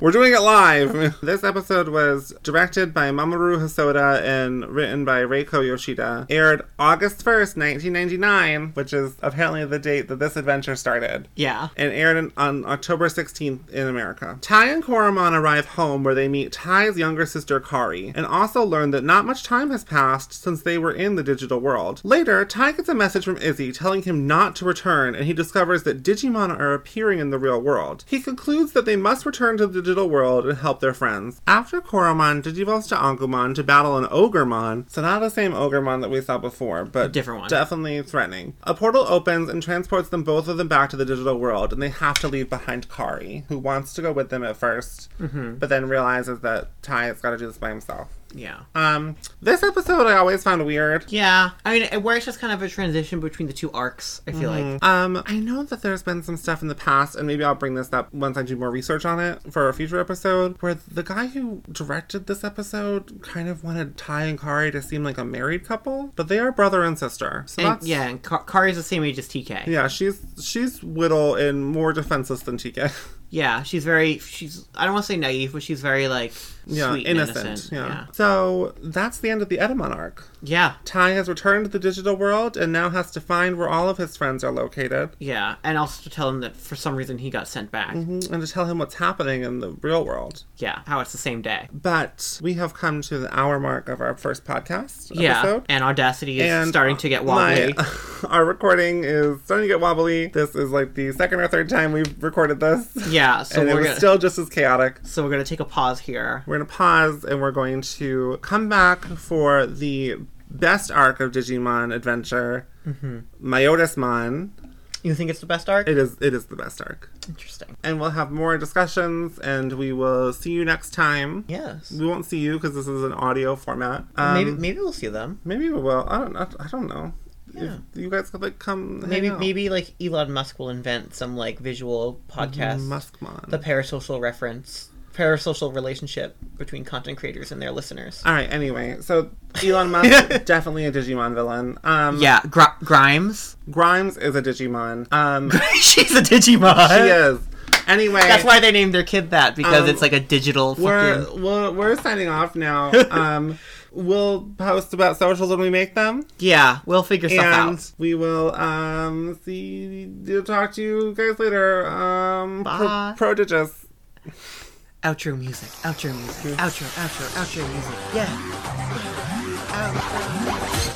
[SPEAKER 1] we're doing it live. this episode was directed by Mamoru Hosoda and written by Reiko Yoshida. Aired August 1st, 1999, which is apparently the date that this adventure started
[SPEAKER 2] Yeah.
[SPEAKER 1] and aired in, on October 16th in America. Ty and Koromon arrive home where they meet Ty's younger sister Kari and also learn that not much time has passed since they were in the digital world. Later, Ty gets a message from Izzy telling him not to return and he discovers that Digimon are appearing in the real world. He concludes that they must return to the digital world and help their friends. After Koromon digivolves to Ankumon to battle an Ogremon, so not the same Ogremon that we saw before, but
[SPEAKER 2] Different one.
[SPEAKER 1] definitely threatening. A portal opens and transports them both of them back to the digital world, and they have to leave behind Kari, who wants to go with them at 1st
[SPEAKER 2] Mm-hmm.
[SPEAKER 1] but then realizes that Ty has got to do this by himself.
[SPEAKER 2] Yeah.
[SPEAKER 1] Um, this episode I always found weird.
[SPEAKER 2] Yeah. I mean, where it's just kind of a transition between the two arcs, I feel like.
[SPEAKER 1] Um, I know that there's been some stuff in the past, and maybe I'll bring this up once I do more research on it for a future episode, where the guy who directed this episode kind of wanted Ty and Kari to seem like a married couple, but they are brother and sister. So
[SPEAKER 2] And,
[SPEAKER 1] that's
[SPEAKER 2] yeah, and Car- Kari's the same age as TK. Yeah.
[SPEAKER 1] Yeah, she's she's whittle and more defenseless than Tika.
[SPEAKER 2] she's very, she's, I don't want to say naive, but she's very, like,
[SPEAKER 1] yeah,
[SPEAKER 2] sweet and
[SPEAKER 1] innocent.
[SPEAKER 2] innocent.
[SPEAKER 1] Yeah.
[SPEAKER 2] yeah.
[SPEAKER 1] So that's the end of the Edamon arc.
[SPEAKER 2] Yeah.
[SPEAKER 1] Ty has returned to the digital world and now has to find where all of his friends are located
[SPEAKER 2] Yeah. And also to tell him that for some reason he got sent back.
[SPEAKER 1] and to tell him what's happening in the real world.
[SPEAKER 2] Yeah. How it's the same day.
[SPEAKER 1] But we have come to the hour mark of our first podcast
[SPEAKER 2] Yeah.
[SPEAKER 1] episode.
[SPEAKER 2] And Audacity is
[SPEAKER 1] and
[SPEAKER 2] starting to get wobbly.
[SPEAKER 1] my- our recording is starting to get wobbly. This is like the second or third time we've recorded this.
[SPEAKER 2] yeah. So
[SPEAKER 1] and it
[SPEAKER 2] we're
[SPEAKER 1] was
[SPEAKER 2] gonna,
[SPEAKER 1] still just as chaotic.
[SPEAKER 2] so we're going to take a pause here.
[SPEAKER 1] We're going to pause and we're going to come back for
[SPEAKER 2] Mm-hmm.
[SPEAKER 1] the best arc of Digimon Adventure, Myotismon,
[SPEAKER 2] You think it's the best arc?
[SPEAKER 1] It is it is the best arc.
[SPEAKER 2] Interesting.
[SPEAKER 1] And we'll have more discussions and we will see you next time.
[SPEAKER 2] Yes.
[SPEAKER 1] We won't see you because this is an audio format. Um,
[SPEAKER 2] maybe
[SPEAKER 1] maybe,
[SPEAKER 2] maybe we'll see them.
[SPEAKER 1] we will. I don't. I, I don't know. If
[SPEAKER 2] Yeah.
[SPEAKER 1] you guys could like come. hang
[SPEAKER 2] Maybe
[SPEAKER 1] out.
[SPEAKER 2] maybe like Elon Musk will invent some like visual podcast.
[SPEAKER 1] Muskmon.
[SPEAKER 2] The parasocial reference, parasocial relationship between content creators and their listeners.
[SPEAKER 1] All right. Anyway, so Elon Musk definitely a Digimon villain. Um,
[SPEAKER 2] Yeah, Gr- Grimes.
[SPEAKER 1] Grimes is a Digimon. Um, she
[SPEAKER 2] She's a Digimon.
[SPEAKER 1] is. Anyway,
[SPEAKER 2] That's why they named their kid that because
[SPEAKER 1] Um,
[SPEAKER 2] it's like a digital
[SPEAKER 1] we're,
[SPEAKER 2] fucking
[SPEAKER 1] we're we're signing off now. Um, we'll post about socials when we make them,
[SPEAKER 2] yeah. We'll figure stuff
[SPEAKER 1] and
[SPEAKER 2] out.
[SPEAKER 1] we will um see talk to you guys later. Um,
[SPEAKER 2] Bye.
[SPEAKER 1] pro- prodigious.
[SPEAKER 2] Outro music. Outro music. Outro. Outro. Outro music. Yeah. Outro.